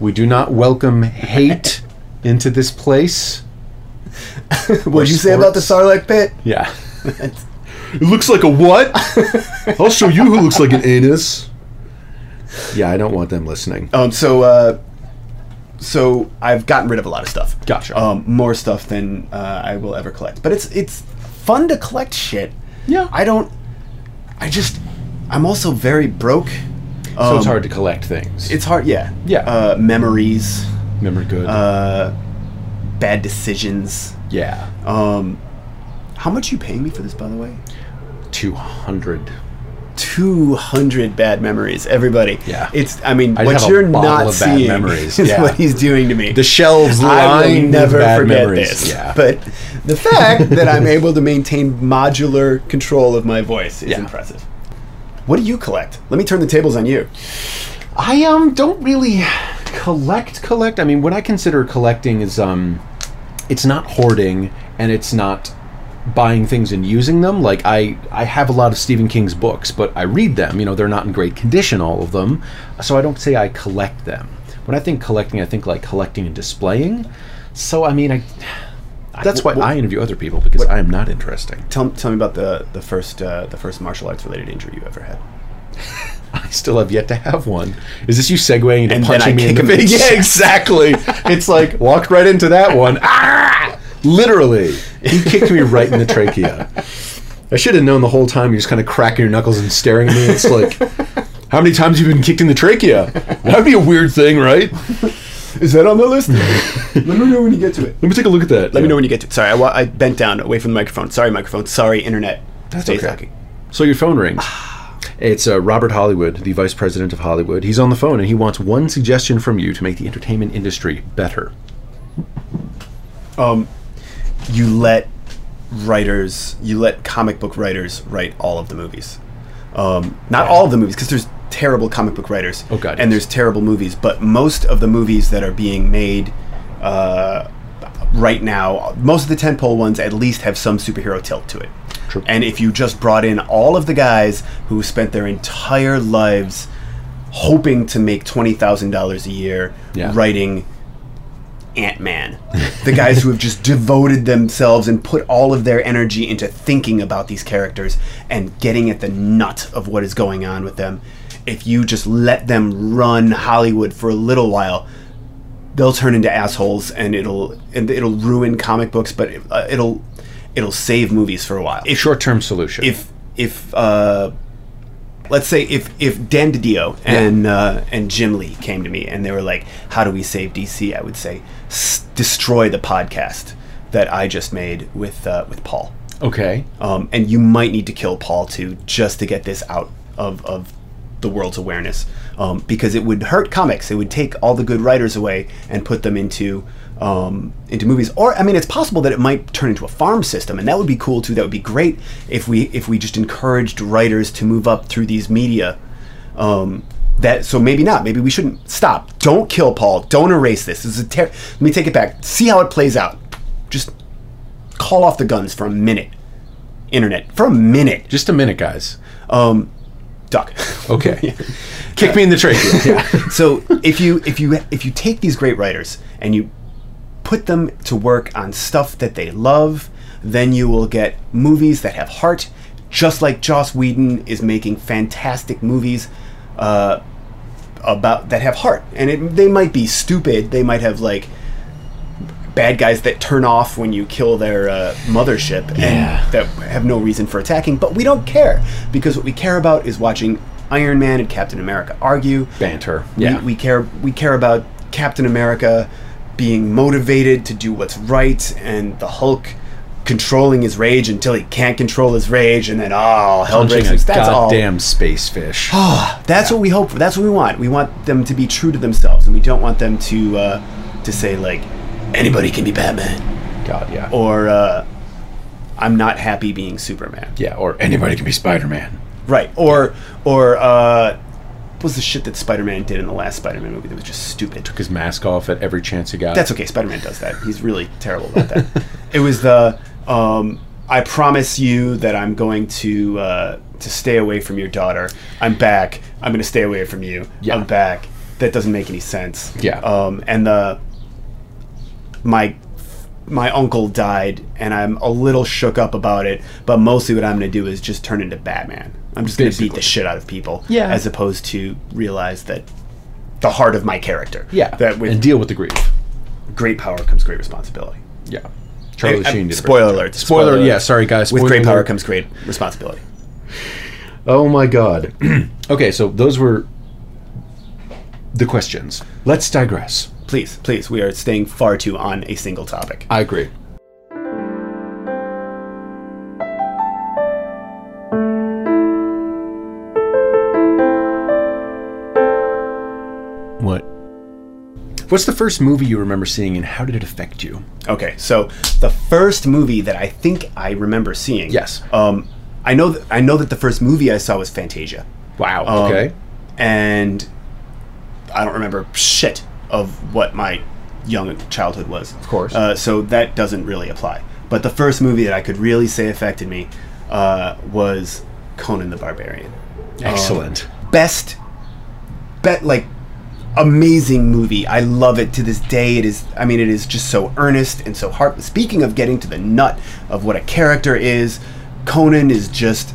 Speaker 2: We do not welcome hate into this place.
Speaker 1: what you say about the Sarlacc pit?
Speaker 2: Yeah.
Speaker 3: It looks like a what? I'll show you who looks like an anus.
Speaker 2: Yeah. I don't want them listening.
Speaker 1: Um, so, uh, so I've gotten rid of a lot of stuff.
Speaker 2: Gotcha.
Speaker 1: Um, more stuff than uh, I will ever collect, but it's it's fun to collect shit.
Speaker 2: Yeah.
Speaker 1: I don't. I just. I'm also very broke. Um,
Speaker 2: So it's hard to collect things.
Speaker 1: It's hard. Yeah.
Speaker 2: Yeah.
Speaker 1: Uh, memories,
Speaker 2: memory good.
Speaker 1: uh, bad decisions.
Speaker 2: yeah,
Speaker 1: Um, how much you paying me for this, by the way?
Speaker 2: two hundred.
Speaker 1: Two hundred bad memories, everybody.
Speaker 2: Yeah.
Speaker 1: It's. I mean,
Speaker 2: I just
Speaker 1: what
Speaker 2: have a
Speaker 1: you're
Speaker 2: bottle
Speaker 1: not
Speaker 2: of bad
Speaker 1: seeing
Speaker 2: memories,
Speaker 1: is
Speaker 2: yeah.
Speaker 1: what he's doing to me.
Speaker 2: The shelves
Speaker 1: I
Speaker 2: line
Speaker 1: will
Speaker 2: with
Speaker 1: never
Speaker 2: bad
Speaker 1: forget
Speaker 2: memories.
Speaker 1: this.
Speaker 2: Yeah.
Speaker 1: But the fact that I'm able to maintain modular control of my voice is
Speaker 2: Yeah.
Speaker 1: impressive. What do you collect? Let me turn the tables on you.
Speaker 2: I um don't really collect collect. I mean, what I consider collecting is um, it's not hoarding and it's not buying things and using them. Like I, I have a lot of Stephen King's books, but I read them. You know, they're not in great condition, all of them. So I don't say I collect them. When I think collecting, I think like collecting and displaying. So I mean, I. That's why
Speaker 1: wh-
Speaker 2: I interview other people because I am not interesting.
Speaker 1: Tell, tell me about the the first uh, the first martial arts related injury you ever had.
Speaker 2: I still have yet to have one. Is this you segueing into
Speaker 1: And then I
Speaker 2: punching me
Speaker 1: kick
Speaker 2: in the
Speaker 1: him in
Speaker 2: face?
Speaker 1: the
Speaker 2: Yeah, exactly. it's like walked right into that one. Ah! Literally, he kicked me right in the trachea. I should have known the whole time. You're just kind of cracking your knuckles and staring at me. It's like, how many times have you been kicked in the trachea? That would be a weird thing, right?
Speaker 1: Is that on the list? Let me know when you get to it.
Speaker 2: Let me take a look at that.
Speaker 1: Let me know when you get to it. Sorry, I, wa- I bent down away from the microphone. Sorry, microphone. Sorry, internet. That's
Speaker 2: okay. So your phone rings. It's uh, Robert Hollywood, the vice president of Hollywood. He's on the phone and he wants one suggestion from you to make the entertainment industry better.
Speaker 1: Um, you let writers, you let comic book writers write all of the movies. Um, not all of the movies, because there's terrible comic book writers.
Speaker 2: Oh, God,
Speaker 1: And
Speaker 2: yes.
Speaker 1: there's terrible movies, but most of the movies that are being made uh, right now, most of the tentpole ones at least have some superhero tilt to it.
Speaker 2: True.
Speaker 1: And if you just brought in all of the guys who spent their entire lives hoping to make twenty thousand dollars a year
Speaker 2: Yeah.
Speaker 1: writing Ant Man. The guys who have just devoted themselves and put all of their energy into thinking about these characters and getting at the nut of what is going on with them. If you just let them run Hollywood for a little while, they'll turn into assholes and it'll and it'll ruin comic books, but it, uh, it'll it'll save movies for a while. If
Speaker 2: Short-term solution.
Speaker 1: if if uh, let's say if if Dan DiDio and uh, and Jim Lee came to me and they were like, "How do we save DC?" I would say, S- "Destroy the podcast that I just made with uh, with Paul."
Speaker 2: okay.
Speaker 1: Um, and you might need to kill Paul too, just to get this out of, of the world's awareness, um, because it would hurt comics. It would take all the good writers away and put them into um, into movies. Or I mean, it's possible that it might turn into a farm system, and that would be cool too. That would be great if we if we just encouraged writers to move up through these media. Um, that so maybe not. Maybe we shouldn't stop. Don't kill Paul. Don't erase this. This is a ter- Let me take it back. See how it plays out. Just call off the guns for a minute internet for a minute.
Speaker 2: Just a minute, guys.
Speaker 1: Um, duck.
Speaker 2: Okay. Kick me in the trachea.
Speaker 1: so if you if you if you take these great writers and you put them to work on stuff that they love, then you will get movies that have heart. Just like Joss Whedon is making fantastic movies uh, about that have heart, and it, they might be stupid. They might have like bad guys that turn off when you kill their uh, mothership
Speaker 2: Yeah.
Speaker 1: and that have no reason for attacking. But we don't care because what we care about is watching Iron Man and Captain America argue.
Speaker 2: Banter.
Speaker 1: We-
Speaker 2: Yeah.
Speaker 1: We, care. We care about Captain America being motivated to do what's right, and the Hulk controlling his rage until he can't control his rage, and then oh, hell
Speaker 2: Punching
Speaker 1: breaks
Speaker 2: a
Speaker 1: loose. That's all.
Speaker 2: goddamn space fish.
Speaker 1: Ah, that's what we hope for. That's what we want. We want them to be true to themselves, and we don't want them to uh, to say like anybody can be Batman
Speaker 2: God, yeah.
Speaker 1: or uh, I'm not happy being Superman.
Speaker 2: yeah, or anybody can be Spider-Man.
Speaker 1: Right. Or or uh, what was the shit that Spider-Man did in the last Spider-Man movie that was just stupid?
Speaker 2: His mask off at every chance he got.
Speaker 1: That's okay. Spider Man does that. He's really terrible about that. it was the um, I promise you that I'm going to uh, to stay away from your daughter. I'm back. I'm going to stay away from you.
Speaker 2: Yeah.
Speaker 1: I'm back. That doesn't make any sense.
Speaker 2: Yeah.
Speaker 1: Um, and the my my uncle died, and I'm a little shook up about it. But mostly, what I'm going to do is just turn into Batman. I'm just going to beat
Speaker 2: Basically.
Speaker 1: the shit out of people.
Speaker 2: Yeah.
Speaker 1: As opposed to realize that the heart of my character.
Speaker 2: yeah.
Speaker 1: That with
Speaker 2: and deal with the grief.
Speaker 1: great power comes great responsibility.
Speaker 2: Yeah. Charlie
Speaker 1: Uh,
Speaker 2: Sheen did. a great-
Speaker 1: spoiler alert.
Speaker 2: Spoiler, yeah, sorry, guys.
Speaker 1: With
Speaker 2: Spoiler
Speaker 1: great power
Speaker 2: alert.
Speaker 1: comes great responsibility.
Speaker 2: Oh my god. okay, so those were the questions. Let's digress.
Speaker 1: Please, please, we are staying far too on a single topic.
Speaker 2: I agree. What? What's the first movie you remember seeing and how did it affect you?
Speaker 1: Okay, so the first movie that I think I remember seeing.
Speaker 2: Yes.
Speaker 1: Um, I know that I know that the first movie I saw was Fantasia,
Speaker 2: Wow.
Speaker 1: Um,
Speaker 2: okay.
Speaker 1: and I don't remember shit of what my young childhood was. Of
Speaker 2: course.
Speaker 1: Uh, so that doesn't really apply. But the first movie that I could really say affected me uh, was Conan the Barbarian.
Speaker 2: Excellent.
Speaker 1: Best, bet like amazing movie. I love it to this day. It is, I mean, it is just so earnest and so heart. Speaking of getting to the nut of what a character is, Conan is just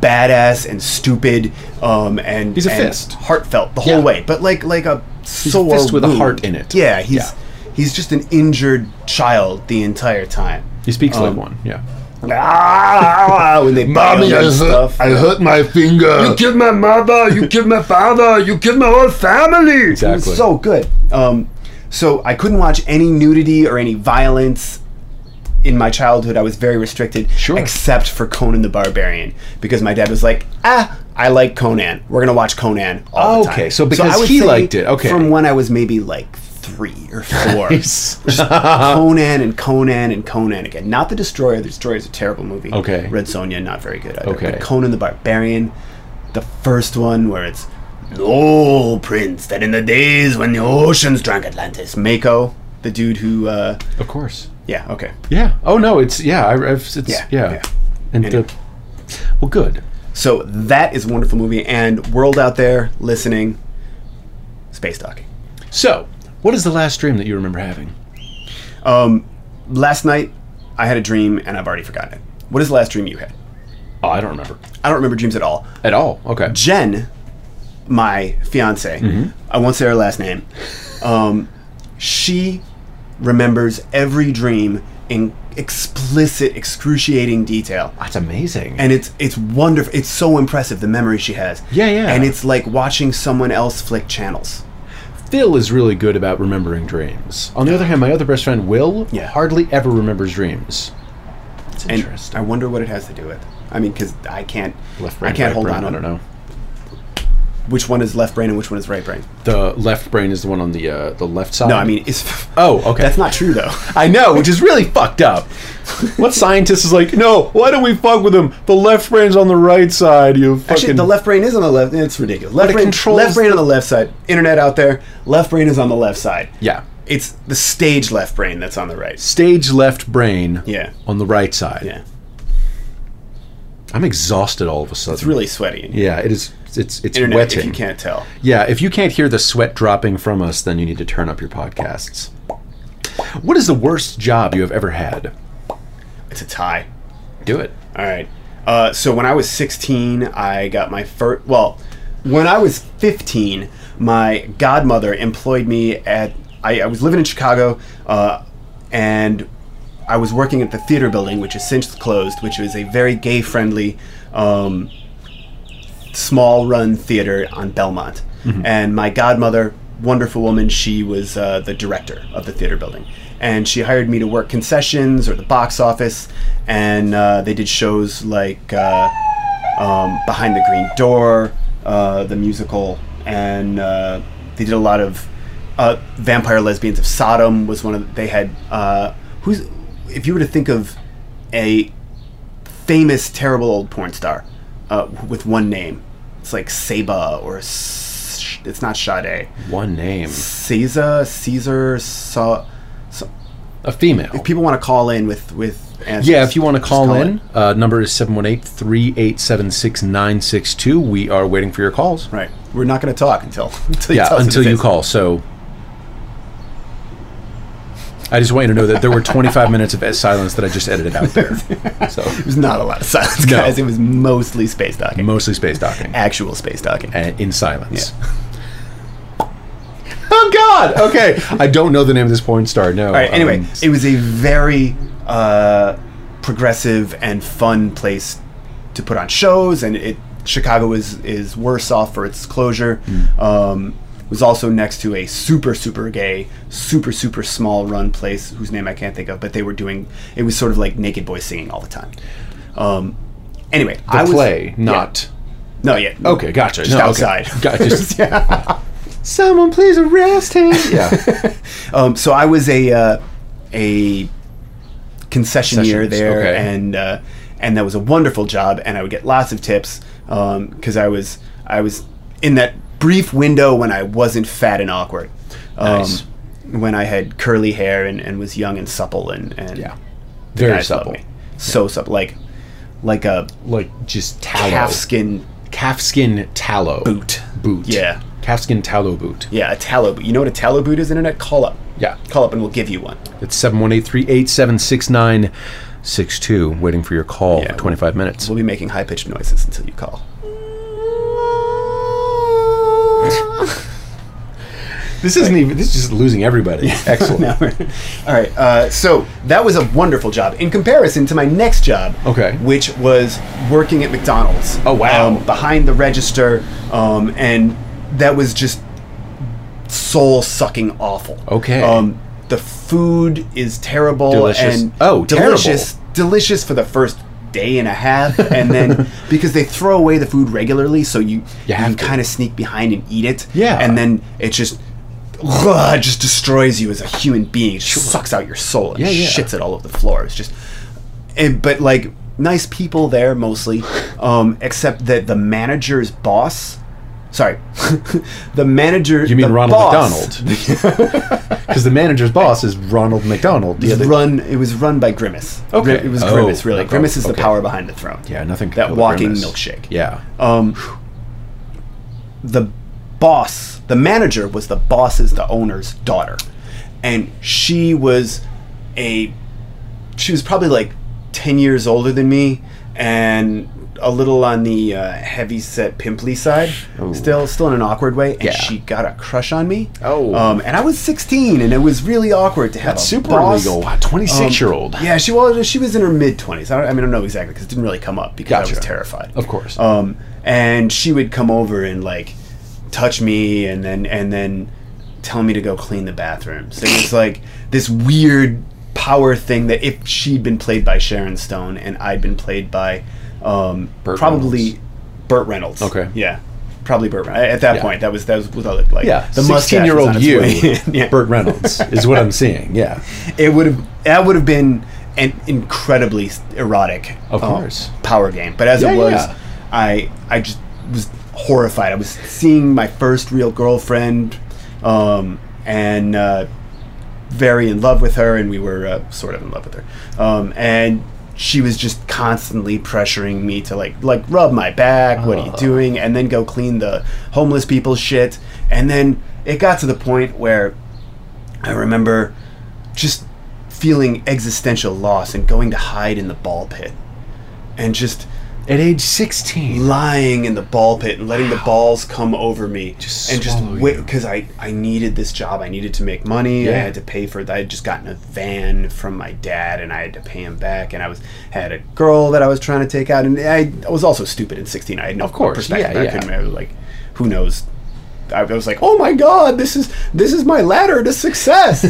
Speaker 1: badass and stupid, um, and
Speaker 2: He's a
Speaker 1: and
Speaker 2: fist.
Speaker 1: heartfelt the whole
Speaker 2: Yeah.
Speaker 1: way, but like like a sore
Speaker 2: fist with a
Speaker 1: wound.
Speaker 2: heart in it.
Speaker 1: Yeah, he's
Speaker 2: Yeah.
Speaker 1: he's just an injured child the entire time.
Speaker 2: he speaks like one. Yeah.
Speaker 1: Ah, when they
Speaker 3: Mommy,
Speaker 1: bail
Speaker 3: I
Speaker 1: and
Speaker 3: hurt,
Speaker 1: stuff.
Speaker 3: I hurt my finger. You killed my mother. You killed my father. You killed my whole family.
Speaker 1: It was so good. Um, so I couldn't watch any nudity or any violence in my childhood. I was very restricted,
Speaker 2: Sure.
Speaker 1: except for Conan the Barbarian, because my dad was like, "Ah, I like Conan. We're gonna watch Conan all the
Speaker 2: Okay,
Speaker 1: time."
Speaker 2: so because he liked it, okay.
Speaker 1: from when I was maybe like three or four.
Speaker 2: Nice.
Speaker 1: Just Conan and Conan and Conan again. Not the Destroyer. The Destroyer is a terrible movie.
Speaker 2: Okay.
Speaker 1: Red Sonja, not very good. Either.
Speaker 2: Okay.
Speaker 1: But Conan the Barbarian, the first one where it's no prince that in the days when the oceans drank Atlantis. Mako, the dude who, uh,
Speaker 2: Of course.
Speaker 1: yeah, okay.
Speaker 2: Yeah. Oh no, it's yeah. I, I've, it's yeah.
Speaker 1: Yeah,
Speaker 2: yeah.
Speaker 1: yeah.
Speaker 2: And
Speaker 1: Anyway.
Speaker 2: the well, good.
Speaker 1: So that is a wonderful movie. And world out there listening, space talking.
Speaker 2: So, what is the last dream that you remember having?
Speaker 1: Um, last night I had a dream and I've already forgotten it. What is the last dream you had?
Speaker 2: Oh, I don't remember
Speaker 1: I don't remember dreams at all.
Speaker 2: at all. Okay.
Speaker 1: Jen, my fiance,
Speaker 2: Mm-hmm.
Speaker 1: I won't say her last name. Um, she remembers every dream in explicit, excruciating detail,
Speaker 2: That's amazing.
Speaker 1: and it's it's wonderful. It's so impressive the memory she has.
Speaker 2: Yeah, yeah.
Speaker 1: And it's like watching someone else flick channels.
Speaker 2: Phil is really good about remembering dreams. On the other hand, my other best friend Will
Speaker 1: Yeah.
Speaker 2: hardly ever remembers dreams. It's
Speaker 1: And
Speaker 2: interesting.
Speaker 1: I wonder what it has to do with. I mean, because I can't,
Speaker 2: left brain,
Speaker 1: I can't
Speaker 2: right
Speaker 1: hold
Speaker 2: brain,
Speaker 1: on.
Speaker 2: I don't know.
Speaker 1: which one is left brain and which one is right brain.
Speaker 2: The left brain is the one on the uh, the left side.
Speaker 1: No, I mean, it's
Speaker 2: Oh, okay.
Speaker 1: that's not true though.
Speaker 2: I know, which is really fucked up. What scientist is like, no, why don't we fuck with him? The left brain's on the right side, you fucking.
Speaker 1: Actually, the left brain is on the left. It's ridiculous. Left
Speaker 2: it
Speaker 1: brain,
Speaker 2: controls
Speaker 1: left brain on the left side. Internet out there. Left brain is on the left side.
Speaker 2: Yeah.
Speaker 1: It's the stage left brain that's on the right.
Speaker 2: Stage left brain
Speaker 1: Yeah.
Speaker 2: on the right side.
Speaker 1: Yeah.
Speaker 2: I'm exhausted all of a sudden.
Speaker 1: It's really sweaty. in here.
Speaker 2: Yeah, it is. It's it's
Speaker 1: Internet,
Speaker 2: wetting.
Speaker 1: if you can't tell.
Speaker 2: Yeah, if you can't hear the sweat dropping from us, then you need to turn up your podcasts. What is the worst job you have ever had?
Speaker 1: It's a tie.
Speaker 2: Do it.
Speaker 1: All right. Uh, so when I was 16, I got my first. Well, when I was 15, my godmother employed me at. I, I was living in Chicago, uh, and I was working at the theater building, which is since closed, which is a very gay-friendly, um, small-run theater on Belmont. And my godmother, wonderful woman, she was uh, the director of the theater building, and she hired me to work concessions or the box office, and uh, they did shows like. Uh, um, Behind the Green Door, uh, the musical, and uh, they did a lot of uh, Vampire Lesbians of Sodom was one of they had uh, who's if you were to think of a famous terrible old porn star uh, with one name, it's like Saba or S- it's not Sade,
Speaker 2: One name.
Speaker 1: Caesar, Caesar. Sa- Sa-
Speaker 2: A female.
Speaker 1: if people want to call in with with answers,
Speaker 2: Yeah, if you want to
Speaker 1: just
Speaker 2: call,
Speaker 1: it.
Speaker 2: in, uh, number is 718-387-6962. We are waiting for your calls.
Speaker 1: Right. We're not going to talk until until you,
Speaker 2: Yeah,
Speaker 1: tell us who
Speaker 2: until
Speaker 1: this
Speaker 2: you
Speaker 1: is.
Speaker 2: call. So I just want you to know that there were 25 minutes of silence that I just edited out there. So
Speaker 1: It was not a lot of silence,
Speaker 2: No.
Speaker 1: guys. It was mostly space docking.
Speaker 2: mostly space docking
Speaker 1: Actual space docking.
Speaker 2: uh, in silence. oh God! Okay, I don't know the name of this porn star. No. Um,
Speaker 1: All right. Anyway, it was a very uh, progressive and fun place to put on shows, and it Chicago is is worse off for its closure.
Speaker 2: Hmm.
Speaker 1: Um, it was also next to a super super gay, super super small run place whose name I can't think of, but they were doing it was sort of like naked boys singing all the time. Um, anyway, I was
Speaker 2: play,
Speaker 1: yeah.
Speaker 2: not.
Speaker 1: no yeah
Speaker 2: Okay, gotcha.
Speaker 1: Just
Speaker 2: No, okay.
Speaker 1: outside.
Speaker 2: Got- just-
Speaker 1: Yeah.
Speaker 2: Someone please arrest him. Yeah.
Speaker 1: Um, so I was a uh, a concessionaire
Speaker 2: Concessions,
Speaker 1: there,
Speaker 2: okay.
Speaker 1: and uh, and that was a wonderful job, and I would get lots of tips because I was I was in that brief window when I wasn't fat and awkward, um,
Speaker 2: Nice.
Speaker 1: when I had curly hair and, and was young and supple and and
Speaker 2: Yeah.
Speaker 1: The
Speaker 2: Very
Speaker 1: guys love
Speaker 2: supple.
Speaker 1: me. So supple, like like a
Speaker 2: like just tallow,
Speaker 1: calfskin
Speaker 2: calfskin tallow
Speaker 1: boot.
Speaker 2: boot.
Speaker 1: Yeah.
Speaker 2: calfskin tallow boot.
Speaker 1: Yeah, a tallow boot. You know what a tallow boot is, internet? Call up.
Speaker 2: Yeah.
Speaker 1: Call up and we'll give you one.
Speaker 2: It's seven one eight three eight seven six nine six two. Waiting for your call
Speaker 1: Yeah.
Speaker 2: for twenty five minutes.
Speaker 1: We'll be making high pitched noises until you call.
Speaker 2: This isn't even. This is just losing everybody. Excellent.
Speaker 1: No. All right. Uh, so that was a wonderful job in comparison to my next job.
Speaker 2: Okay.
Speaker 1: Which was working at McDonald's.
Speaker 2: Oh, wow.
Speaker 1: um, behind the register, um, and that was just soul sucking awful.
Speaker 2: Okay.
Speaker 1: Um, the food is terrible.
Speaker 2: Delicious.
Speaker 1: And
Speaker 2: Oh, terrible.
Speaker 1: delicious. Delicious for the first day and a half, and then because they throw away the food regularly, so you you,
Speaker 2: have to.
Speaker 1: kind of sneak behind and eat it.
Speaker 2: Yeah.
Speaker 1: And then it just ugh, it just destroys you as a human being. It just sucks out your soul and
Speaker 2: Yeah, yeah.
Speaker 1: shits it all over the floor. It's just and, but like nice people there mostly. Um, except that the manager's boss sorry. the manager
Speaker 2: You mean
Speaker 1: the
Speaker 2: Ronald
Speaker 1: boss
Speaker 2: McDonald? Because the manager's boss is Ronald McDonald. The
Speaker 1: was
Speaker 2: other,
Speaker 1: run it was run by Grimace.
Speaker 2: Okay.
Speaker 1: Gri- It was
Speaker 2: Oh,
Speaker 1: Grimace really.
Speaker 2: okay,
Speaker 1: Grimace is the
Speaker 2: okay.
Speaker 1: power behind the throne.
Speaker 2: yeah, nothing. could
Speaker 1: That
Speaker 2: kill the
Speaker 1: walking
Speaker 2: grimace.
Speaker 1: milkshake.
Speaker 2: Yeah.
Speaker 1: um, the boss, the manager was the boss's, the owner's daughter, and she was a, she was probably like ten years older than me, and a little on the uh, heavy set pimply side, still still in an awkward way, and
Speaker 2: Yeah.
Speaker 1: she got a crush on me.
Speaker 2: Oh.
Speaker 1: um, and I was sixteen, and it was really awkward to have
Speaker 2: That's
Speaker 1: a
Speaker 2: super
Speaker 1: boss-
Speaker 2: illegal. Twenty
Speaker 1: um,
Speaker 2: six year old.
Speaker 1: Yeah, she was. she was in her mid twenties. I, don't- I mean, I don't know exactly because it didn't really come up because I
Speaker 2: Gotcha.
Speaker 1: was terrified.
Speaker 2: Of course.
Speaker 1: Um, and she would come over and like touch me, and then and then tell me to go clean the bathrooms. It was like this weird power thing that if she'd been played by Sharon Stone and I'd been played by um,
Speaker 2: Burt
Speaker 1: probably
Speaker 2: Reynolds.
Speaker 1: Burt Reynolds.
Speaker 2: Okay.
Speaker 1: Yeah. Probably Burt. Reynolds. At that
Speaker 2: Yeah.
Speaker 1: point, that was that was what I looked like.
Speaker 2: yeah.
Speaker 1: the
Speaker 2: sixteen year old you,
Speaker 1: yeah.
Speaker 2: Burt Reynolds, is what I'm seeing. Yeah.
Speaker 1: It would have that would have been an incredibly erotic,
Speaker 2: Of
Speaker 1: um,
Speaker 2: course.
Speaker 1: power game. But as
Speaker 2: Yeah,
Speaker 1: it was,
Speaker 2: yeah.
Speaker 1: I I just was horrified. I was seeing my first real girlfriend, um, and uh, very in love with her, and we were uh, sort of in love with her, um, and. She was just constantly pressuring me to like like rub my back. What are you
Speaker 2: Oh.
Speaker 1: doing? And then go clean the homeless people's shit. And then it got to the point where I remember just feeling existential loss and going to hide in the ball pit and just
Speaker 2: At age sixteen.
Speaker 1: lying in the ball pit and letting the balls come over me
Speaker 2: Just
Speaker 1: and just
Speaker 2: swallow you.
Speaker 1: because I, I needed this job i needed to make money i
Speaker 2: Yeah.
Speaker 1: had to pay for it i had just gotten a van from my dad and i had to pay him back and i was had a girl that i was trying to take out and i, I was also stupid at 16 i had no of
Speaker 2: course,
Speaker 1: perspective
Speaker 2: yeah,
Speaker 1: I
Speaker 2: yeah.
Speaker 1: couldn't remember, like who knows I was like, "Oh my God, this is this is my ladder to success."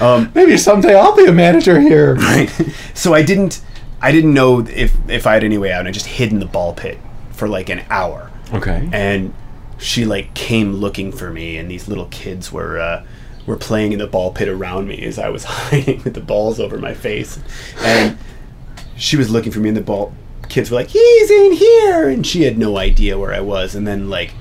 Speaker 1: um,
Speaker 2: Maybe someday I'll be a manager here.
Speaker 1: Right. So I didn't I didn't know if if I had any way out and I just hid in the ball pit for like an hour.
Speaker 2: Okay.
Speaker 1: And she like came looking for me and these little kids were uh were playing in the ball pit around me as I was hiding with the balls over my face. And she was looking for me and the ball kids were like, He's in here and she had no idea where I was and then like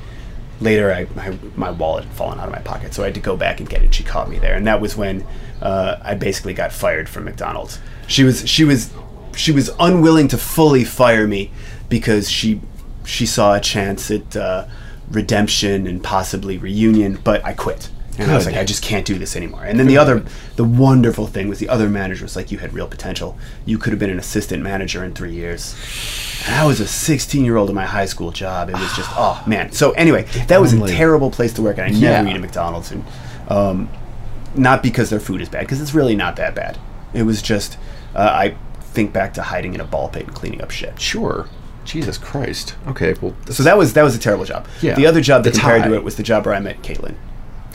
Speaker 1: later I, my, my wallet had fallen out of my pocket so i had to go back and get it she caught me there and that was when uh, i basically got fired from mcdonald's she was she was she was unwilling to fully fire me because she she saw a chance at uh, redemption and possibly reunion but i quit and i was
Speaker 2: Good.
Speaker 1: like i just can't do this anymore and then the other the wonderful thing was the other manager was like you had real potential you could have been an assistant manager in three years and I was a 16 year old in my high school job. It was just, oh man. So anyway, that was a
Speaker 2: Only.
Speaker 1: terrible place to work, and I never
Speaker 2: Yeah.
Speaker 1: eat at McDonald's. And um, not because their food is bad, because it's really not that bad. It was just, uh, I think back to hiding in a ball pit and cleaning up shit.
Speaker 2: Sure. Jesus Christ. Okay. Well.
Speaker 1: So that was that was a terrible job.
Speaker 2: Yeah.
Speaker 1: The other job that
Speaker 2: The
Speaker 1: compared
Speaker 2: tie.
Speaker 1: to it was the job where I met Caitlin,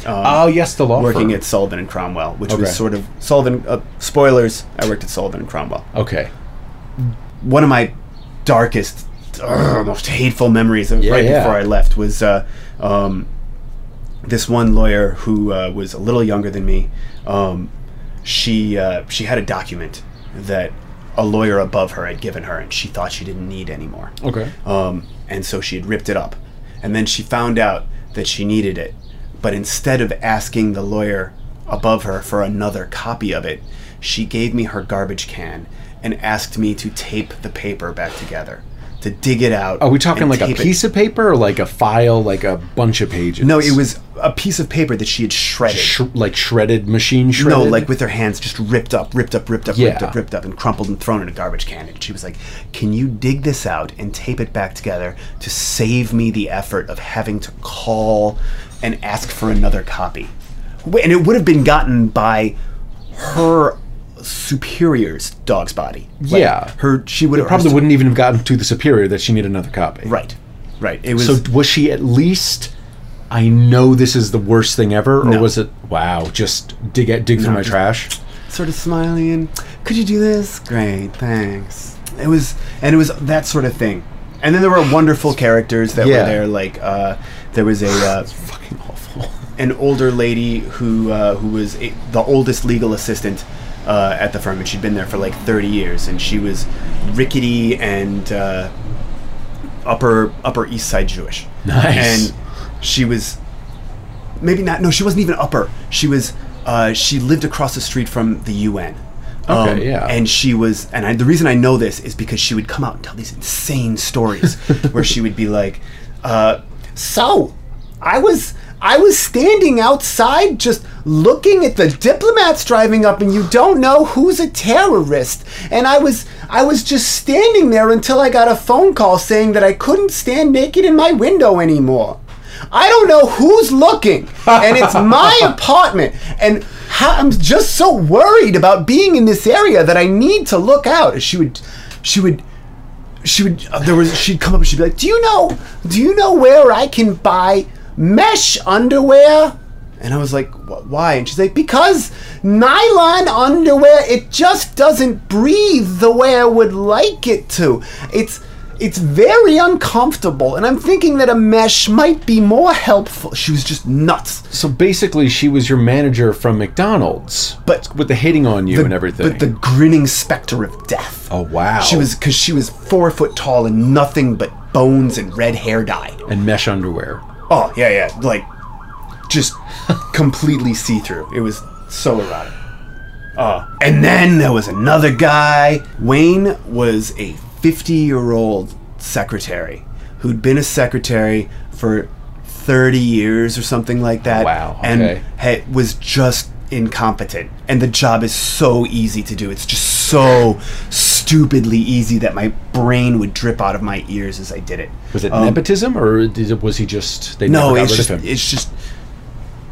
Speaker 2: Oh yes, the law
Speaker 1: uh, working
Speaker 2: firm.
Speaker 1: at Sullivan and Cromwell, which
Speaker 2: Okay.
Speaker 1: was sort of Sullivan. Uh, spoilers: I worked at Sullivan and Cromwell.
Speaker 2: Okay.
Speaker 1: one of my darkest, ugh, most hateful memories of
Speaker 2: Yeah,
Speaker 1: right
Speaker 2: yeah.
Speaker 1: before I left was uh, um, this one lawyer who uh, was a little younger than me. Um, she uh, she had a document that a lawyer above her had given her, and she thought she didn't need anymore.
Speaker 2: Okay.
Speaker 1: Um, and so she had ripped it up. And then she found out that she needed it. But instead of asking the lawyer above her for another copy of it, she gave me her garbage can and asked me to tape the paper back together, to dig it out.
Speaker 2: Are we talking
Speaker 1: and
Speaker 2: like a
Speaker 1: tape it.
Speaker 2: piece of paper or like a file, like a bunch of pages?
Speaker 1: No, it was a piece of paper that she had shredded.
Speaker 2: Sh- like shredded machine shredded.
Speaker 1: No, like with her hands just ripped up, ripped up, ripped up, ripped
Speaker 2: Yeah.
Speaker 1: up, ripped up, and crumpled and thrown in a garbage can. And she was like, Can you dig this out and tape it back together to save me the effort of having to call and ask for another copy? Wh- And it would have been gotten by her superior's dog's body. Like,
Speaker 2: Yeah.
Speaker 1: Her, she would have
Speaker 2: probably wouldn't even have gotten to the superior that she needed another copy.
Speaker 1: Right. Right. It was.
Speaker 2: So was she at least? I know this is the worst thing ever, or
Speaker 1: No.
Speaker 2: was it? Wow, just dig at, dig through my
Speaker 1: just-
Speaker 2: trash.
Speaker 1: sort of smiley and could you do this great thanks it was and it was that sort of thing and then there were wonderful characters that
Speaker 2: Yeah.
Speaker 1: were there like uh, there was a uh,
Speaker 2: Fucking awful.
Speaker 1: an older lady who uh, who was a, the oldest legal assistant uh, at the firm, and she'd been there for like 30 years, and she was rickety and uh, upper Upper East Side Jewish.
Speaker 2: Nice.
Speaker 1: And she was maybe not. No, she wasn't even upper. She was. Uh, she lived across the street from the UN.
Speaker 2: Okay, yeah.
Speaker 1: And she was, and I, the reason I know this is because she would come out and tell these insane stories where she would be like, uh, "So, I was, I was standing outside just looking at the diplomats driving up, and you don't know who's a terrorist. And I was, I was just standing there until I got a phone call saying that I couldn't stand naked in my window anymore." I don't know who's looking, and it's my apartment. And how, I'm just so worried about being in this area that I need to look out. She would, she would, she would. uh, there was. She'd come up and she'd be like, "Do you know? Do you know where I can buy mesh underwear?" And I was like, "Wh- "Why?" And she's like, "Because nylon underwear it just doesn't breathe the way I would like it to. It's." It's very uncomfortable, and I'm thinking that a mesh might be more helpful. She was just nuts.
Speaker 2: So basically, she was your manager from McDonald's,
Speaker 1: But-
Speaker 2: with the hating on you
Speaker 1: The-
Speaker 2: and everything.
Speaker 1: But the grinning specter of death.
Speaker 2: oh wow,
Speaker 1: She was because she was four foot tall and nothing but bones and red hair dye.
Speaker 2: and mesh underwear.
Speaker 1: Oh yeah, yeah, like just completely see through. It was so erotic. Uh, and then there was another guy. Wayne was a 50 year old secretary who'd been a secretary for 30 years or something like that.
Speaker 2: Wow,
Speaker 1: And
Speaker 2: okay.
Speaker 1: had, was just incompetent. And the job is so easy to do. It's just so stupidly easy that my brain would drip out of my ears as I did it.
Speaker 2: Was it
Speaker 1: Um,
Speaker 2: nepotism, or did it, was he just they
Speaker 1: no,
Speaker 2: never got
Speaker 1: it's
Speaker 2: rid
Speaker 1: just
Speaker 2: of him?
Speaker 1: it's just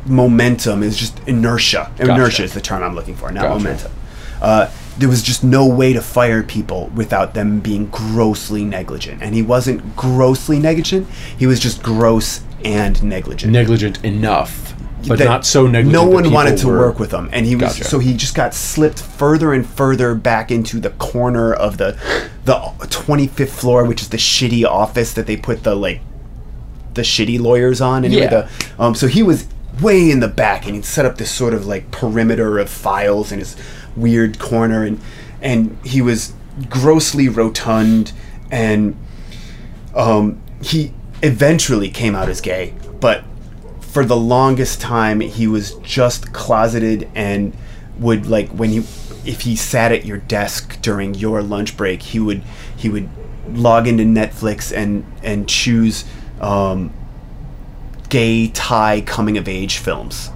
Speaker 1: momentum. It's just inertia. Inertia is the term I'm looking for, not
Speaker 2: Gotcha.
Speaker 1: momentum. Uh, there was just no way to fire people without them being grossly negligent, and he wasn't grossly negligent. He was just gross and negligent.
Speaker 2: negligent enough, but
Speaker 1: that
Speaker 2: not so negligent.
Speaker 1: No
Speaker 2: that
Speaker 1: one
Speaker 2: people
Speaker 1: wanted to
Speaker 2: were-
Speaker 1: work with him, and he was
Speaker 2: Gotcha.
Speaker 1: so he just got slipped further and further back into the corner of the the twenty fifth floor, which is the shitty office that they put the like the shitty lawyers on. Anyway,
Speaker 2: Yeah.
Speaker 1: the, um, so he was way in the back, and he'd set up this sort of like perimeter of files in his weird corner, and and he was grossly rotund and um, he eventually came out as gay, but for the longest time he was just closeted and would like when you if he sat at your desk during your lunch break he would he would log into Netflix and and choose um, gay Thai coming of age films,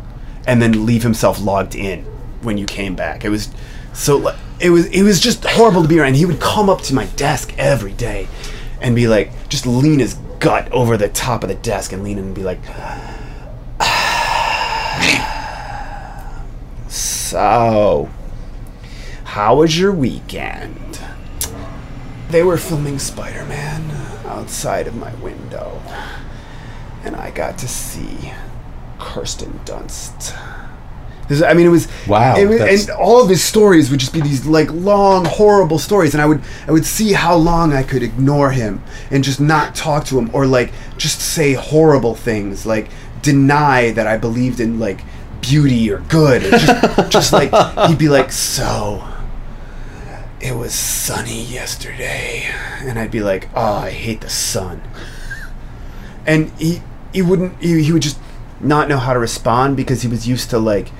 Speaker 1: and then leave himself logged in when you came back. It was so like, it was it was just horrible to be around. He would come up to my desk every day, and be like, just lean his gut over the top of the desk and lean in and be like, so how was your weekend? They were filming Spider Man outside of my window and I got to see Kirsten Dunst. This- I mean, it was
Speaker 2: Wow,
Speaker 1: It was,
Speaker 2: that's-
Speaker 1: and all of his stories would just be these like long, horrible stories, and I would I would see how long I could ignore him and just not talk to him, or like just say horrible things, like deny that I believed in like beauty or good, or just, just like he'd be like, so it was sunny yesterday, and I'd be like, oh, I hate the sun and he he wouldn't he, he would just not know how to respond because he was used to like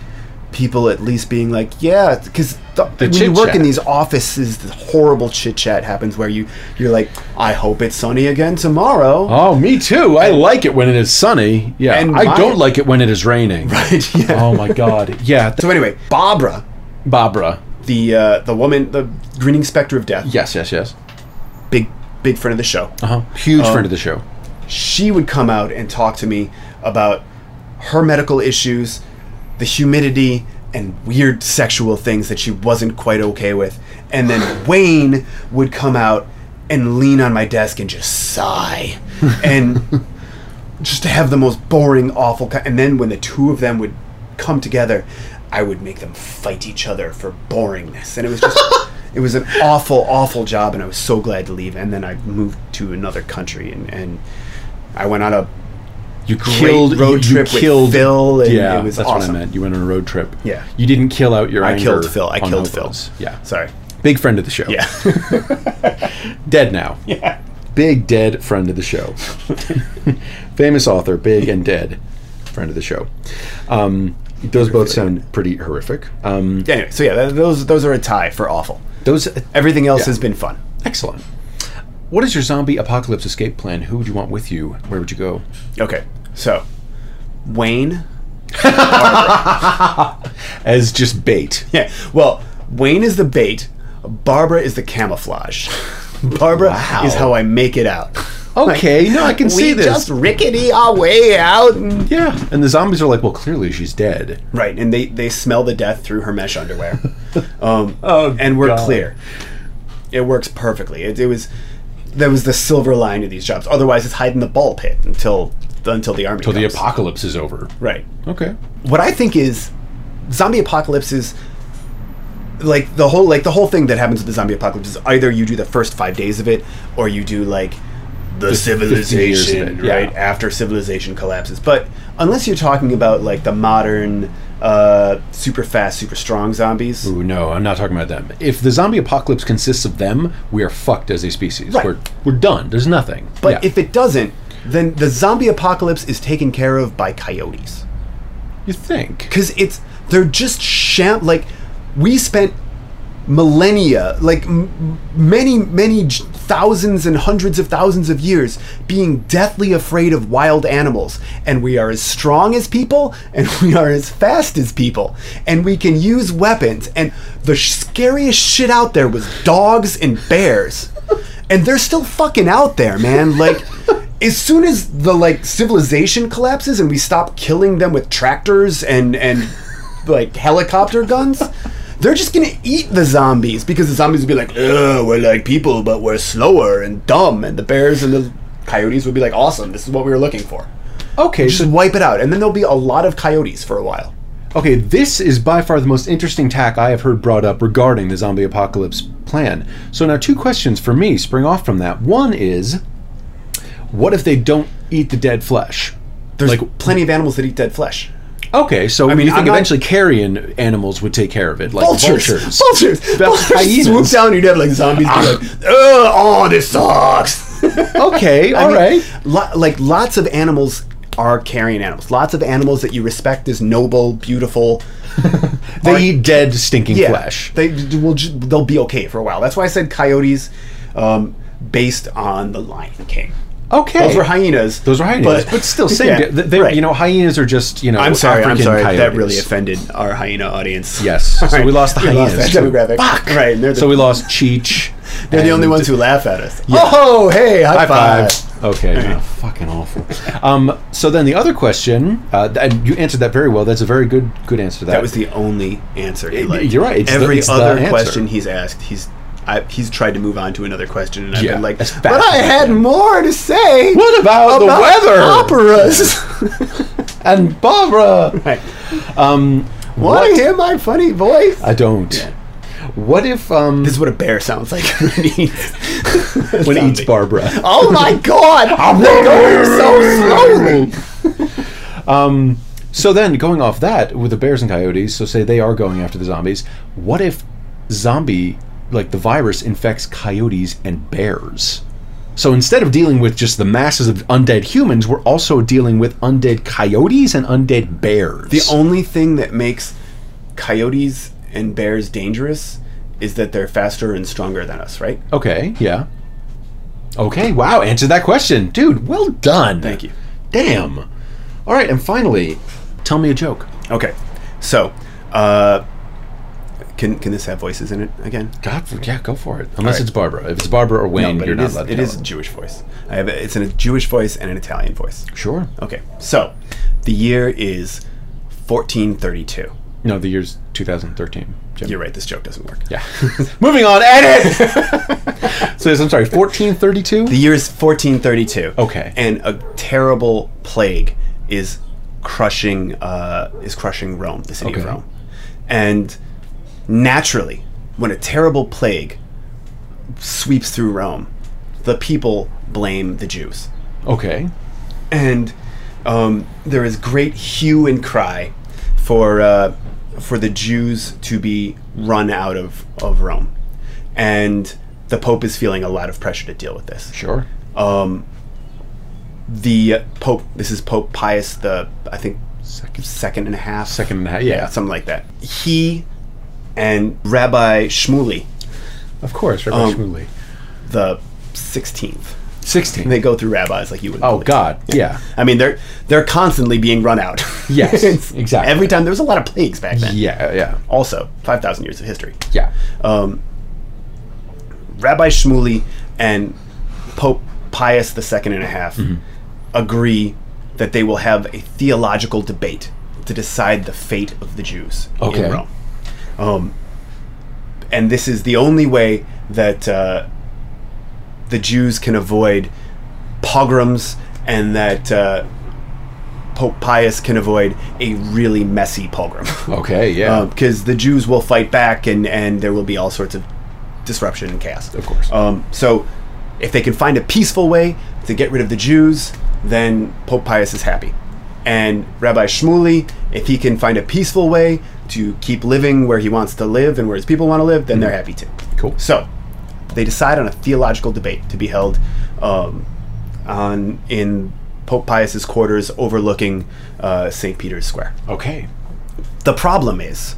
Speaker 1: people at least being like, yeah, because when you work
Speaker 2: chit-chat.
Speaker 1: in these offices, the horrible chit chat happens where you you're like, I hope it's sunny again tomorrow.
Speaker 2: Oh, me too. I like it when it is sunny. Yeah.
Speaker 1: And
Speaker 2: I
Speaker 1: my-
Speaker 2: don't like it when it is raining.
Speaker 1: Right? yeah.
Speaker 2: Oh my god. Yeah. th-
Speaker 1: So anyway, Barbara,
Speaker 2: Barbara.
Speaker 1: the uh, the woman, the Greening Spectre of Death,
Speaker 2: Yes, yes, yes.
Speaker 1: big big friend of the show.
Speaker 2: Uh-huh. Huge
Speaker 1: Um,
Speaker 2: friend of the show.
Speaker 1: she would come out and talk to me about her medical issues, the humidity, and weird sexual things that she wasn't quite okay with. And then Wayne would come out and lean on my desk and just sigh. And just to have the most boring, awful. Co- and then when the two of them would come together, I would make them fight each other for boringness, and it was just. It was an awful, awful job, and I was so glad to leave. And then I moved to another country, and, and I went on a
Speaker 2: You
Speaker 1: great road trip with Phil. And
Speaker 2: yeah,
Speaker 1: it was
Speaker 2: that's
Speaker 1: awesome.
Speaker 2: what I meant. You went on a road trip.
Speaker 1: Yeah.
Speaker 2: You didn't kill out your
Speaker 1: I
Speaker 2: anger
Speaker 1: killed Phil. I
Speaker 2: on
Speaker 1: killed Phil.
Speaker 2: hobos. Yeah.
Speaker 1: Sorry.
Speaker 2: Big friend of the show.
Speaker 1: Yeah.
Speaker 2: Dead now.
Speaker 1: yeah.
Speaker 2: Big dead friend of the show. Famous author, big and dead friend of the show. Um, those both sound pretty horrific. Um,
Speaker 1: Anyway, so yeah, th- those those are a tie for awful.
Speaker 2: those
Speaker 1: Everything else
Speaker 2: Yeah.
Speaker 1: has been fun.
Speaker 2: excellent. What is your zombie apocalypse escape plan? Who would you want with you? Where would you go?
Speaker 1: Okay, so Wayne.
Speaker 2: As just bait.
Speaker 1: Yeah. Well, Wayne is the bait. Barbara is the camouflage. Barbara
Speaker 2: Wow.
Speaker 1: is how I make it out.
Speaker 2: Okay, no, I can see
Speaker 1: we
Speaker 2: this.
Speaker 1: just rickety our way out. and-
Speaker 2: yeah, and the zombies are like, well, clearly she's dead.
Speaker 1: Right, and they, they smell the death through her mesh underwear. Um, and we're
Speaker 2: Oh, God.
Speaker 1: clear. It works perfectly. It, it was that was the silver line to these jobs. Otherwise, it's hide in the ball pit until until the army.
Speaker 2: Till the
Speaker 1: comes.
Speaker 2: apocalypse is over.
Speaker 1: Right.
Speaker 2: Okay.
Speaker 1: what I think is zombie apocalypse is like the whole like the whole thing that happens with the zombie apocalypse is either you do the first five days of it or you do like the,
Speaker 2: 50 years of it,
Speaker 1: civilization right
Speaker 2: yeah.
Speaker 1: after civilization collapses but unless you're talking about like the modern uh, super fast super strong zombies
Speaker 2: Ooh, no, I'm not talking about them. If the zombie apocalypse consists of them, we are fucked as a species.
Speaker 1: Right.
Speaker 2: We're, we're done. There's nothing.
Speaker 1: but
Speaker 2: Yeah.
Speaker 1: if it doesn't then the zombie apocalypse is taken care of by coyotes
Speaker 2: you think.
Speaker 1: because it's they're just sham like we spent millennia like m- many many j- thousands and hundreds of thousands of years being deathly afraid of wild animals and we are as strong as people and we are as fast as people and we can use weapons and the scariest shit out there was dogs and bears and they're still fucking out there man like as soon as the like civilization collapses and we stop killing them with tractors and and like helicopter guns they're just gonna eat the zombies because the zombies would be like Ugh, we're like people but we're slower and dumb and the bears and the coyotes would be like awesome this is what we were looking for
Speaker 2: Okay,
Speaker 1: just wipe it out and then there'll be a lot of coyotes for a while
Speaker 2: Okay, this is by far the most interesting tack I have heard brought up regarding the zombie apocalypse plan. So now two questions for me spring off from that. One is what if they don't eat the dead flesh?
Speaker 1: there's
Speaker 2: Like-
Speaker 1: plenty of animals that eat dead flesh
Speaker 2: Okay, so I mean,
Speaker 1: mean,
Speaker 2: you think
Speaker 1: I'm not-
Speaker 2: eventually carrion animals would take care of it, like vultures.
Speaker 1: vultures, vultures, vultures, vultures,
Speaker 2: hyenas.
Speaker 1: swoop down. You'd have like zombies. Be
Speaker 2: Ah.
Speaker 1: like, Ugh, oh, this sucks.
Speaker 2: Okay, all
Speaker 1: mean,
Speaker 2: right.
Speaker 1: lo- like lots of animals are carrion animals. Lots of animals that you respect as noble, beautiful.
Speaker 2: They
Speaker 1: are-
Speaker 2: eat dead, stinking
Speaker 1: yeah,
Speaker 2: flesh.
Speaker 1: They d- will. ju- They'll be okay for a while. That's why I said coyotes, um, based on the Lion King.
Speaker 2: Okay,
Speaker 1: Those were hyenas.
Speaker 2: Those were hyenas, but, still, same.
Speaker 1: Yeah,
Speaker 2: di- th- they're-
Speaker 1: right.
Speaker 2: You know, hyenas are just you know.
Speaker 1: I'm sorry.
Speaker 2: African
Speaker 1: I'm sorry. That
Speaker 2: coyotes.
Speaker 1: really offended our hyena audience.
Speaker 2: Yes, so we lost the hyenas.
Speaker 1: that demographic.
Speaker 2: Fuck.
Speaker 1: Right. and they're the
Speaker 2: So we lost Cheech.
Speaker 1: They're the only ones who laugh at us. Oh, hey, high,
Speaker 2: High
Speaker 1: five.
Speaker 2: five. Okay, no, fucking awful. Um, so then the other question, uh, th- and you answered that very well. That's a very good good answer to that.
Speaker 1: That was the only answer he liked.
Speaker 2: you're right, it's the-
Speaker 1: Every
Speaker 2: it's the
Speaker 1: other
Speaker 2: answer.
Speaker 1: question he's asked, he's I, he's tried to move on to another question, and I've
Speaker 2: Yeah,
Speaker 1: been like,
Speaker 2: as fast
Speaker 1: but I
Speaker 2: as I
Speaker 1: had
Speaker 2: can."
Speaker 1: more to say.
Speaker 2: What about the weather?
Speaker 1: Operas.
Speaker 2: and Barbara.
Speaker 1: right.
Speaker 2: Um,
Speaker 1: Want to
Speaker 2: what?
Speaker 1: hear my funny voice?
Speaker 2: I don't. What if um,
Speaker 1: this is what a bear sounds like when it eats.
Speaker 2: when it eats
Speaker 1: zombie.
Speaker 2: Barbara?
Speaker 1: Oh my god! They're going so slowly.
Speaker 2: Um, so then, going off that with the bears and coyotes, so say they are going after the zombies. What if zombie, like the virus, infects coyotes and bears? So instead of dealing with just the masses of undead humans, we're also dealing with undead coyotes and undead bears.
Speaker 1: The only thing that makes coyotes and bears dangerous is that they're faster and stronger than us, right?
Speaker 2: Okay, yeah. Okay, wow, answer that question. Dude, well done.
Speaker 1: Thank you.
Speaker 2: Damn. All right, and finally, tell me a joke.
Speaker 1: Okay, so uh, can can this have voices in it again?
Speaker 2: God, for, yeah, go for it. Unless
Speaker 1: right.
Speaker 2: it's Barbara. If it's Barbara or Wayne,
Speaker 1: but
Speaker 2: you're
Speaker 1: it
Speaker 2: not
Speaker 1: is-
Speaker 2: allowed to
Speaker 1: it
Speaker 2: tell
Speaker 1: is a
Speaker 2: it.
Speaker 1: Jewish voice. I have a, it's in a Jewish voice and an Italian voice.
Speaker 2: Sure.
Speaker 1: Okay, so the year is 1432.
Speaker 2: No, the year's 2013. Jim.
Speaker 1: You're right. This joke doesn't work.
Speaker 2: Yeah. Moving on, edit! so, yes, I'm sorry, 1432?
Speaker 1: The year is 1432.
Speaker 2: Okay.
Speaker 1: And a terrible plague is crushing uh, is crushing Rome, the city of
Speaker 2: Okay.
Speaker 1: Rome. And naturally, when a terrible plague sweeps through Rome, the people blame the Jews.
Speaker 2: okay.
Speaker 1: and um, there is great hue and cry for uh, for the Jews to be run out of of Rome, and the Pope is feeling a lot of pressure to deal with this.
Speaker 2: Sure.
Speaker 1: The uh, Pope, this is Pope Pius the, I think
Speaker 2: Second.
Speaker 1: second and a half,
Speaker 2: Second and a half, yeah.
Speaker 1: something like that. He and Rabbi Shmuley,
Speaker 2: Of course, Rabbi
Speaker 1: Um,
Speaker 2: Shmuley.
Speaker 1: the sixteenth,
Speaker 2: 16.
Speaker 1: they go through rabbis like you would.
Speaker 2: oh, God, yeah.
Speaker 1: I mean, they're they're constantly being run out.
Speaker 2: Yes,
Speaker 1: It's-
Speaker 2: exactly.
Speaker 1: Every time there was a lot of plagues back then.
Speaker 2: Yeah, yeah,
Speaker 1: Also, five thousand years of history. Um,
Speaker 2: yeah.
Speaker 1: Rabbi Shmuley and Pope Pius II and a half agree that they will have a theological debate to decide the fate of the Jews
Speaker 2: Okay.
Speaker 1: in Rome. Um, and this is the only way that uh, the Jews can avoid pogroms and that uh, Pope Pius can avoid a really messy pogrom.
Speaker 2: Okay, yeah.
Speaker 1: because Um, the Jews will fight back and, and there will be all sorts of disruption and chaos.
Speaker 2: Of course.
Speaker 1: Um, so, if they can find a peaceful way to get rid of the Jews, then Pope Pius is happy. And Rabbi Shmuley, if he can find a peaceful way to keep living where he wants to live and where his people want to live, then they're
Speaker 2: Mm-hmm.
Speaker 1: happy too.
Speaker 2: cool.
Speaker 1: So, they decide on a theological debate to be held um, on in Pope Pius's quarters overlooking uh, St. Peter's Square.
Speaker 2: Okay.
Speaker 1: The problem is,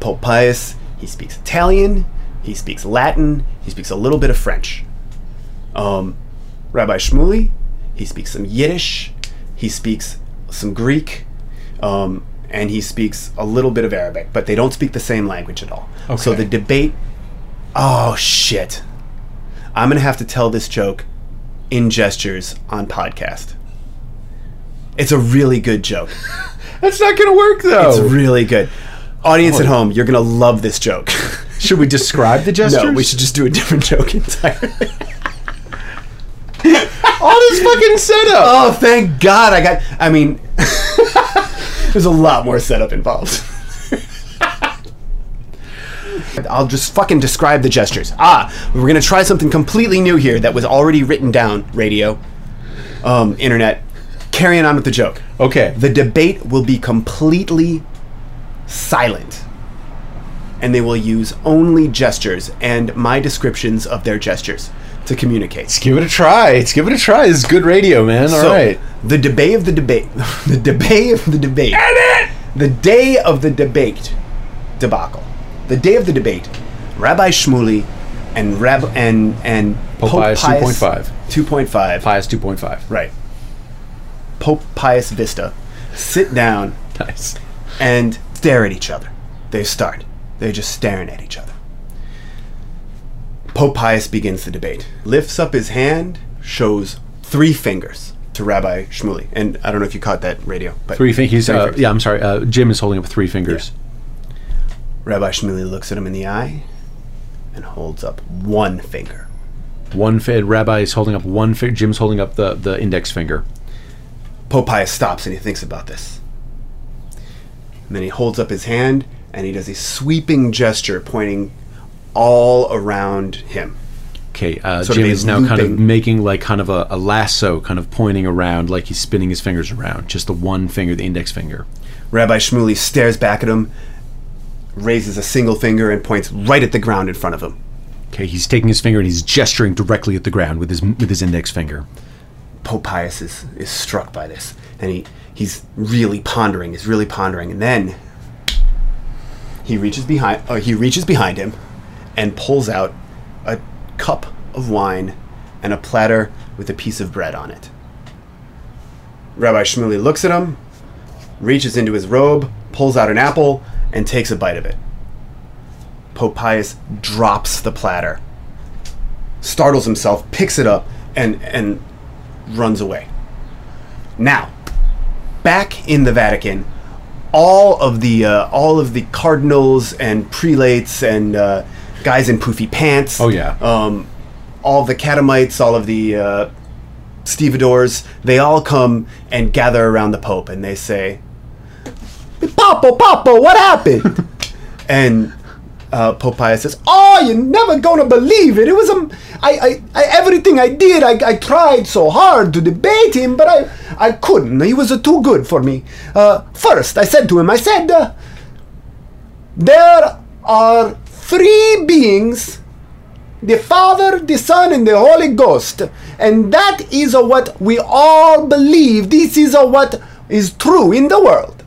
Speaker 1: Pope Pius, he speaks Italian, he speaks Latin, he speaks a little bit of French. Um, Rabbi Shmuley, he speaks some Yiddish, he speaks some Greek, um, and he speaks a little bit of Arabic, but they don't speak the same language at all. So
Speaker 2: Okay.
Speaker 1: the debate, oh shit. I'm going to have to tell this joke in gestures on podcast. It's a really good joke.
Speaker 2: That's not going to work, though.
Speaker 1: It's really good. Audience at home, you're gonna love this joke.
Speaker 2: should we describe the gestures?
Speaker 1: no, we should just do a different joke entirely.
Speaker 2: All this fucking setup.
Speaker 1: oh, thank God! I got. I mean, there's a lot more setup involved. I'll just fucking describe the gestures. Ah, we're gonna try something completely new here that was already written down. Radio, um, internet, carrying on with the joke.
Speaker 2: Okay.
Speaker 1: the debate will be completely silent and they will use only gestures and my descriptions of their gestures to communicate.
Speaker 2: Let's give it a try. Let's give it a try. This is good radio, man. All
Speaker 1: so,
Speaker 2: right.
Speaker 1: the debate of the debate, the debate of the debate, the day of the debate debacle, the day of the debate, Rabbi Shmuley and Rab and and
Speaker 2: Pope Pius 2.5.
Speaker 1: two point five,
Speaker 2: Pius 2.5.
Speaker 1: right? Pope Pius Vista, sit down
Speaker 2: Nice.
Speaker 1: and stare at each other. They start. They're just staring at each other. Pope Pius begins the debate, lifts up his hand, shows three fingers to Rabbi Shmuley. And I don't know if you caught that radio, but
Speaker 2: Three fingers. Uh,
Speaker 1: fingers.
Speaker 2: yeah, I'm sorry. Uh, Jim is holding up three fingers.
Speaker 1: Rabbi Shmuley looks at him in the eye and holds up one finger.
Speaker 2: One fi- Rabbi is holding up one finger. Jim's holding up the, the index finger.
Speaker 1: Pope Pius stops and he thinks about this. And then he holds up his hand and he does a sweeping gesture pointing all around him.
Speaker 2: Okay, uh,
Speaker 1: Sort of
Speaker 2: Jim
Speaker 1: a
Speaker 2: is now kind of
Speaker 1: looping-
Speaker 2: making like kind of a, a lasso, kind of pointing around, like he's spinning his fingers around. Just the one finger, the index finger.
Speaker 1: Rabbi Shmuley stares back at him, raises a single finger, and points right at the ground in front of him.
Speaker 2: Okay, he's taking his finger and he's gesturing directly at the ground with his with his index finger.
Speaker 1: Pope Pius is, is struck by this, and he, he's really pondering, he's really pondering, and then He reaches behind. Uh, he reaches behind him, and pulls out a cup of wine and a platter with a piece of bread on it. Rabbi Shmuley looks at him, reaches into his robe, pulls out an apple, and takes a bite of it. Pope Pius drops the platter, startles himself, picks it up, and and runs away. Now, back in the Vatican, all of the uh, all of the cardinals and prelates and uh, guys in poofy pants.
Speaker 2: Oh, yeah.
Speaker 1: Um, all the catamites, all of the uh, stevedores, they all come and gather around the Pope, and they say, "Papa, Papa, what happened?" and uh, Pope Pius says, "Oh, you're never gonna believe it. It was um, I, I, I everything I did, I, I tried so hard to debate him, but I, I couldn't. He was uh, too good for me. Uh, first, I said to him, I said, uh, there are three beings." The Father, the Son, and the Holy Ghost. And that is uh, what we all believe. This is uh, what is true in the world.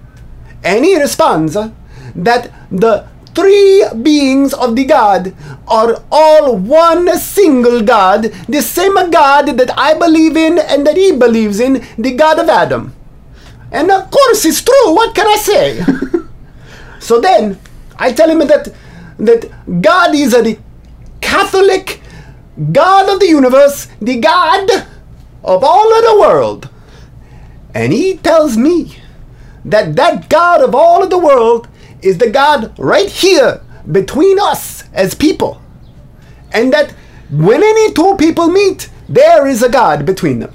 Speaker 1: And he responds that the three beings of the God are all one single God, the same God that I believe in and that he believes in, the God of Adam. And of course, it's true. What can I say? so then, I tell him that that God is a Catholic God of the universe, the God of all of the world. And he tells me that that God of all of the world is the God right here between us as people. And that when any two people meet, there is a God between them.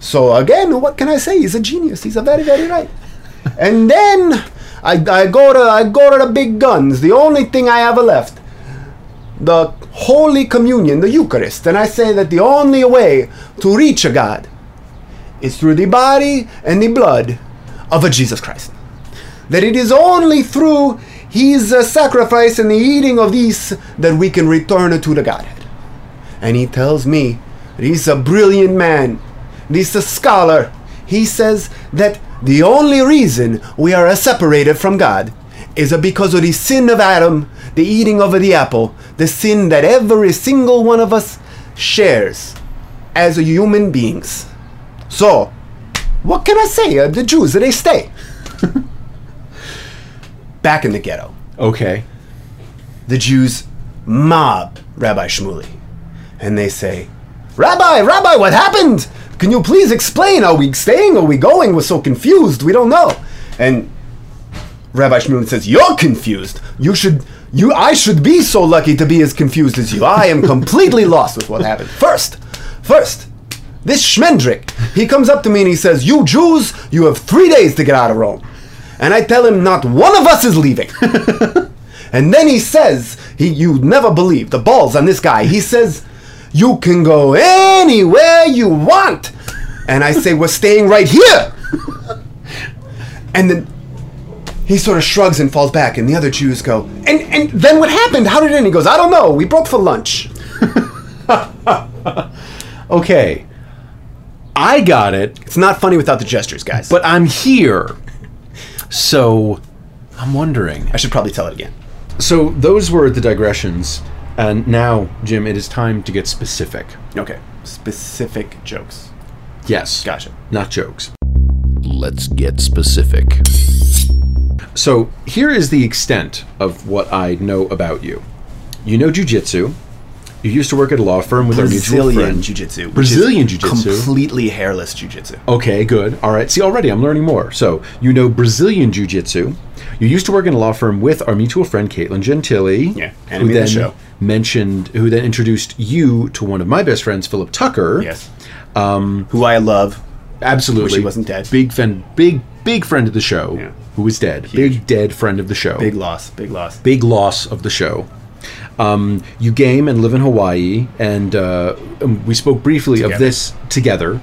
Speaker 1: So again, what can I say? He's a genius. He's a very, very right. And then I, I go to I go to the big guns. The only thing I have left the Holy Communion, the Eucharist, and I say that the only way to reach a God is through the body and the blood of a Jesus Christ. That it is only through his uh, sacrifice and the eating of these that we can return to the Godhead. And he tells me that he's a brilliant man, he's a scholar. He says that the only reason we are uh, separated from God is uh, because of the sin of Adam, the eating of the apple, the sin that every single one of us shares as human beings. So, what can I say? Uh, the Jews, they stay. Back in the ghetto,
Speaker 2: Okay.
Speaker 1: the Jews mob Rabbi Shmuley. And they say, Rabbi, Rabbi, what happened? Can you please explain? Are we staying? Are we going? We're so confused. We don't know. And Rabbi Shmuel says, "You're confused. You should, you, I should be so lucky to be as confused as you. I am completely lost with what happened. First, first, this Schmendrick, he comes up to me and he says, "You Jews, you have three days to get out of Rome," and I tell him, "Not one of us is leaving." and then he says, "He, you never believe the balls on this guy." He says, "You can go anywhere you want," and I say, "We're staying right here." And then he sort of shrugs and falls back, and the other Jews go, and and then what happened? How did it end? He goes, I don't know. We broke for lunch.
Speaker 2: Okay. I got it,
Speaker 1: It's not funny without the gestures, guys.
Speaker 2: but I'm here. So I'm wondering.
Speaker 1: I should probably tell it again.
Speaker 2: So those were the digressions, and now, Jim, it is time to get specific.
Speaker 1: Okay. Specific jokes.
Speaker 2: Yes.
Speaker 1: Gotcha.
Speaker 2: Not jokes.
Speaker 4: Let's get specific.
Speaker 2: So here is the extent of what I know about you. You know jujitsu. You used to work at a law firm with our mutual
Speaker 1: Brazilian
Speaker 2: friend.
Speaker 1: jiu-jitsu. which is
Speaker 2: Brazilian jujitsu.
Speaker 1: Completely hairless jiu-jitsu.
Speaker 2: Okay, good. All right. See, already I'm learning more. So, you know Brazilian Jiu Jitsu. You used to work in a law firm with our mutual friend, Caitlin Gentili.
Speaker 1: Yeah, enemy of the show.
Speaker 2: mentioned, who then introduced you to one of my best friends, Philip Tucker.
Speaker 1: Yes. Um, Who I love.
Speaker 2: Absolutely.
Speaker 1: Wish he wasn't dead.
Speaker 2: Big, fan, big, big friend of the show
Speaker 1: Yeah.
Speaker 2: who is dead. Big, dead friend of the show.
Speaker 1: Big loss. Big loss.
Speaker 2: big loss of the show. Um, you game and live in Hawaii, and uh, um, we spoke briefly of
Speaker 1: Together.
Speaker 2: this together,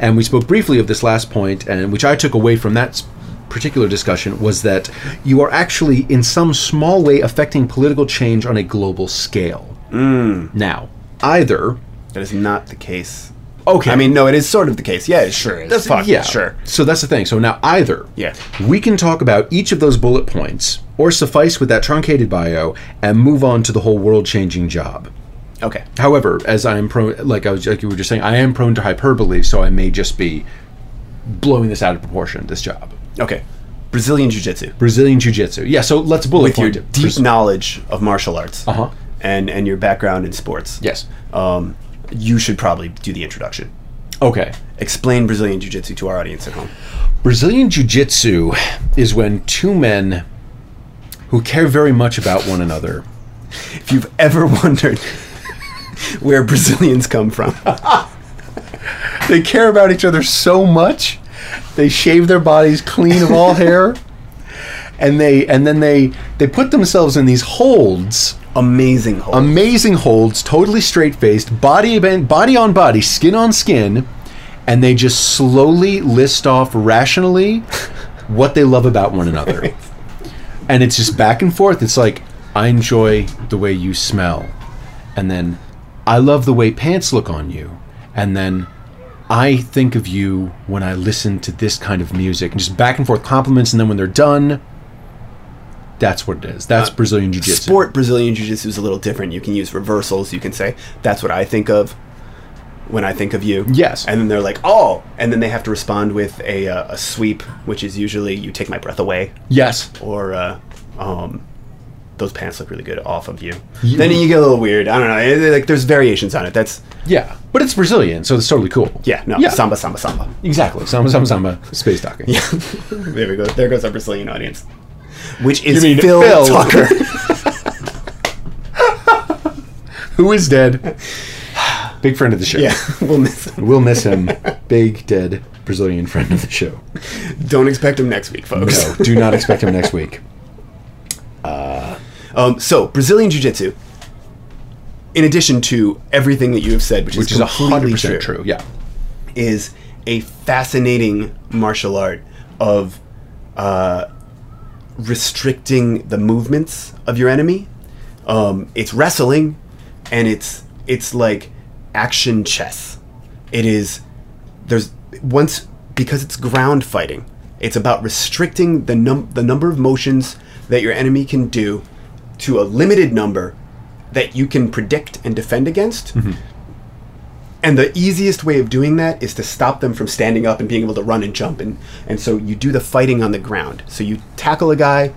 Speaker 2: and we spoke briefly of this last point, and which I took away from that s- particular discussion was that you are actually in some small way affecting political change on a global scale. Now, either
Speaker 1: That is not the case
Speaker 2: Okay.
Speaker 1: I mean, no, it is sort of the case. Yeah, it sure is.
Speaker 2: That's-
Speaker 1: Fuck,
Speaker 2: yeah.
Speaker 1: sure.
Speaker 2: So that's the thing. So now either
Speaker 1: Yeah.
Speaker 2: we can talk about each of those bullet points, or suffice with that truncated bio and move on to the whole world-changing job.
Speaker 1: Okay.
Speaker 2: However, as I am prone, like I was, like you were just saying, I am prone to hyperbole, so I may just be blowing this out of proportion. This job,
Speaker 1: Okay. Brazilian Jiu Jitsu.
Speaker 2: Brazilian jiu-jitsu. Yeah. So let's
Speaker 1: With
Speaker 2: bullet
Speaker 1: your
Speaker 2: point.
Speaker 1: deep knowledge of martial arts
Speaker 2: Uh-huh.
Speaker 1: and, and your background in sports,
Speaker 2: yes.
Speaker 1: um, you should probably do the introduction.
Speaker 2: Okay.
Speaker 1: Explain Brazilian Jiu Jitsu to our audience at home.
Speaker 2: Brazilian Jiu Jitsu is when two men who care very much about one another.
Speaker 1: If you've ever wondered where Brazilians come from,
Speaker 2: They care about each other so much, they shave their bodies clean of all hair, and they and then they they put themselves in these holds,
Speaker 1: amazing hole.
Speaker 2: amazing holds, totally straight faced, body ban- body on body, skin on skin, and they just slowly list off rationally what they love about one another, and it's just back and forth. It's like I enjoy the way you smell, and then I love the way pants look on you, and then. I think of you when I listen to this kind of music, and just back and forth compliments, and then when they're done, that's what it is. That's Brazilian Jiu Jitsu.
Speaker 1: Sport Brazilian Jiu Jitsu is a little different. You can use reversals. You can say, that's what I think of when I think of you.
Speaker 2: Yes.
Speaker 1: And then they're like, oh. And then they have to respond with a, uh, a sweep, which is usually you take my breath away
Speaker 2: Yes,
Speaker 1: or uh, um, those pants look really good off of you. Then you get a little weird. I don't know. It- it- like there's variations on it. That's
Speaker 2: Yeah, but it's Brazilian, so it's totally cool.
Speaker 1: yeah, no,
Speaker 2: yeah,
Speaker 1: samba, samba, samba.
Speaker 2: exactly. Samba, samba, samba. Space talking. Yeah.
Speaker 1: There we go. There goes our Brazilian audience, which is
Speaker 2: mean
Speaker 1: Phil,
Speaker 2: Phil.
Speaker 1: Tucker.
Speaker 2: Who is dead? Big friend of the show.
Speaker 1: yeah, we'll miss him.
Speaker 2: We'll miss him. Big dead Brazilian friend of the show.
Speaker 1: Don't expect him next week, folks.
Speaker 2: No, do not expect him next week.
Speaker 1: Um, so Brazilian Jiu-Jitsu, in addition to everything that you have said, which,
Speaker 2: Which
Speaker 1: is
Speaker 2: is hundred
Speaker 1: completely
Speaker 2: percent true. Yeah.
Speaker 1: is a fascinating martial art of uh, restricting the movements of your enemy. Um, it's wrestling, and it's it's like action chess. It is there's once because it's ground fighting. It's about restricting the num the number of motions that your enemy can do to a limited number that you can predict and defend against. And the easiest way of doing that is to stop them from standing up and being able to run and jump. And, and so you do the fighting on the ground. So you tackle a guy,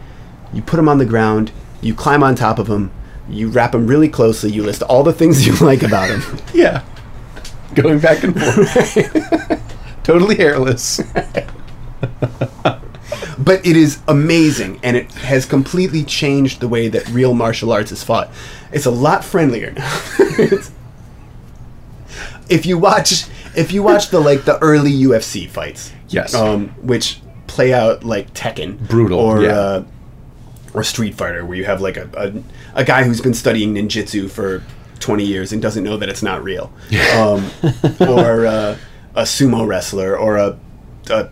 Speaker 1: you put him on the ground, you climb on top of him, you wrap him really closely, you list all the things you like about him.
Speaker 2: Yeah. Going back and forth. totally hairless.
Speaker 1: but it is amazing and it has completely changed the way that real martial arts is fought it's a lot friendlier now It's- if you watch if you watch the like the early ufc fights
Speaker 2: Yes.
Speaker 1: um, which play out like tekken
Speaker 2: Brutal,
Speaker 1: or
Speaker 2: yeah.
Speaker 1: uh, or street fighter where you have like a, a, a guy who's been studying ninjutsu for 20 years and doesn't know that it's not real um, or uh, a sumo wrestler or a, a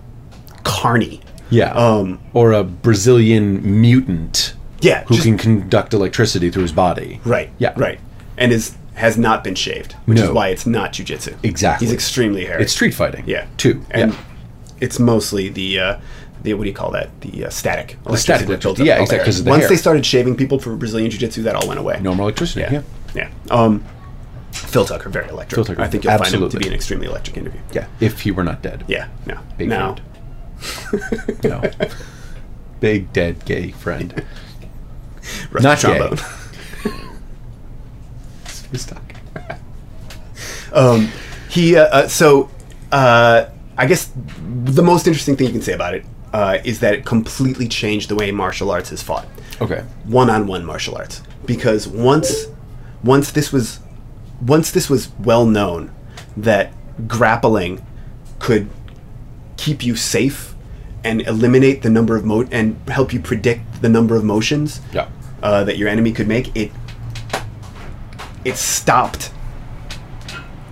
Speaker 1: carney
Speaker 2: Yeah.
Speaker 1: Um,
Speaker 2: or a Brazilian mutant
Speaker 1: yeah
Speaker 2: who
Speaker 1: just-
Speaker 2: can conduct electricity through his body.
Speaker 1: Right.
Speaker 2: Yeah.
Speaker 1: Right. And is has not been shaved, which is
Speaker 2: No.
Speaker 1: why it's not jujitsu.
Speaker 2: Exactly.
Speaker 1: He's extremely hairy.
Speaker 2: It's street fighting.
Speaker 1: Yeah.
Speaker 2: Two.
Speaker 1: And
Speaker 2: yeah.
Speaker 1: it's mostly the uh, the what do you call that? The uh, static. The
Speaker 2: static electricity. Yeah, exactly, 'cause of the
Speaker 1: Once
Speaker 2: hair.
Speaker 1: they started shaving people for Brazilian jiu-jitsu, that all went away.
Speaker 2: Normal electricity.
Speaker 1: Yeah.
Speaker 2: yeah.
Speaker 1: Yeah. Um, Phil Tucker, very electric.
Speaker 2: Phil Tucker,
Speaker 1: I think you'll find him to
Speaker 2: absolutely.
Speaker 1: be an extremely electric interview.
Speaker 2: Yeah, if he were not dead.
Speaker 1: Yeah. No.
Speaker 2: Big
Speaker 1: no.
Speaker 2: friend. No. Big dead gay friend.
Speaker 1: Rusty
Speaker 2: Not gay.
Speaker 1: trombone.
Speaker 2: Space talk.
Speaker 1: Um, he uh, uh, so uh, I guess the most interesting thing you can say about it uh, is that it completely changed the way martial arts is fought.
Speaker 2: Okay.
Speaker 1: One-on-one martial arts, because once once this was once this was well known that grappling could keep you safe and eliminate the number of mo and help you predict the number of motions
Speaker 2: Yeah.
Speaker 1: uh, that your enemy could make, it it stopped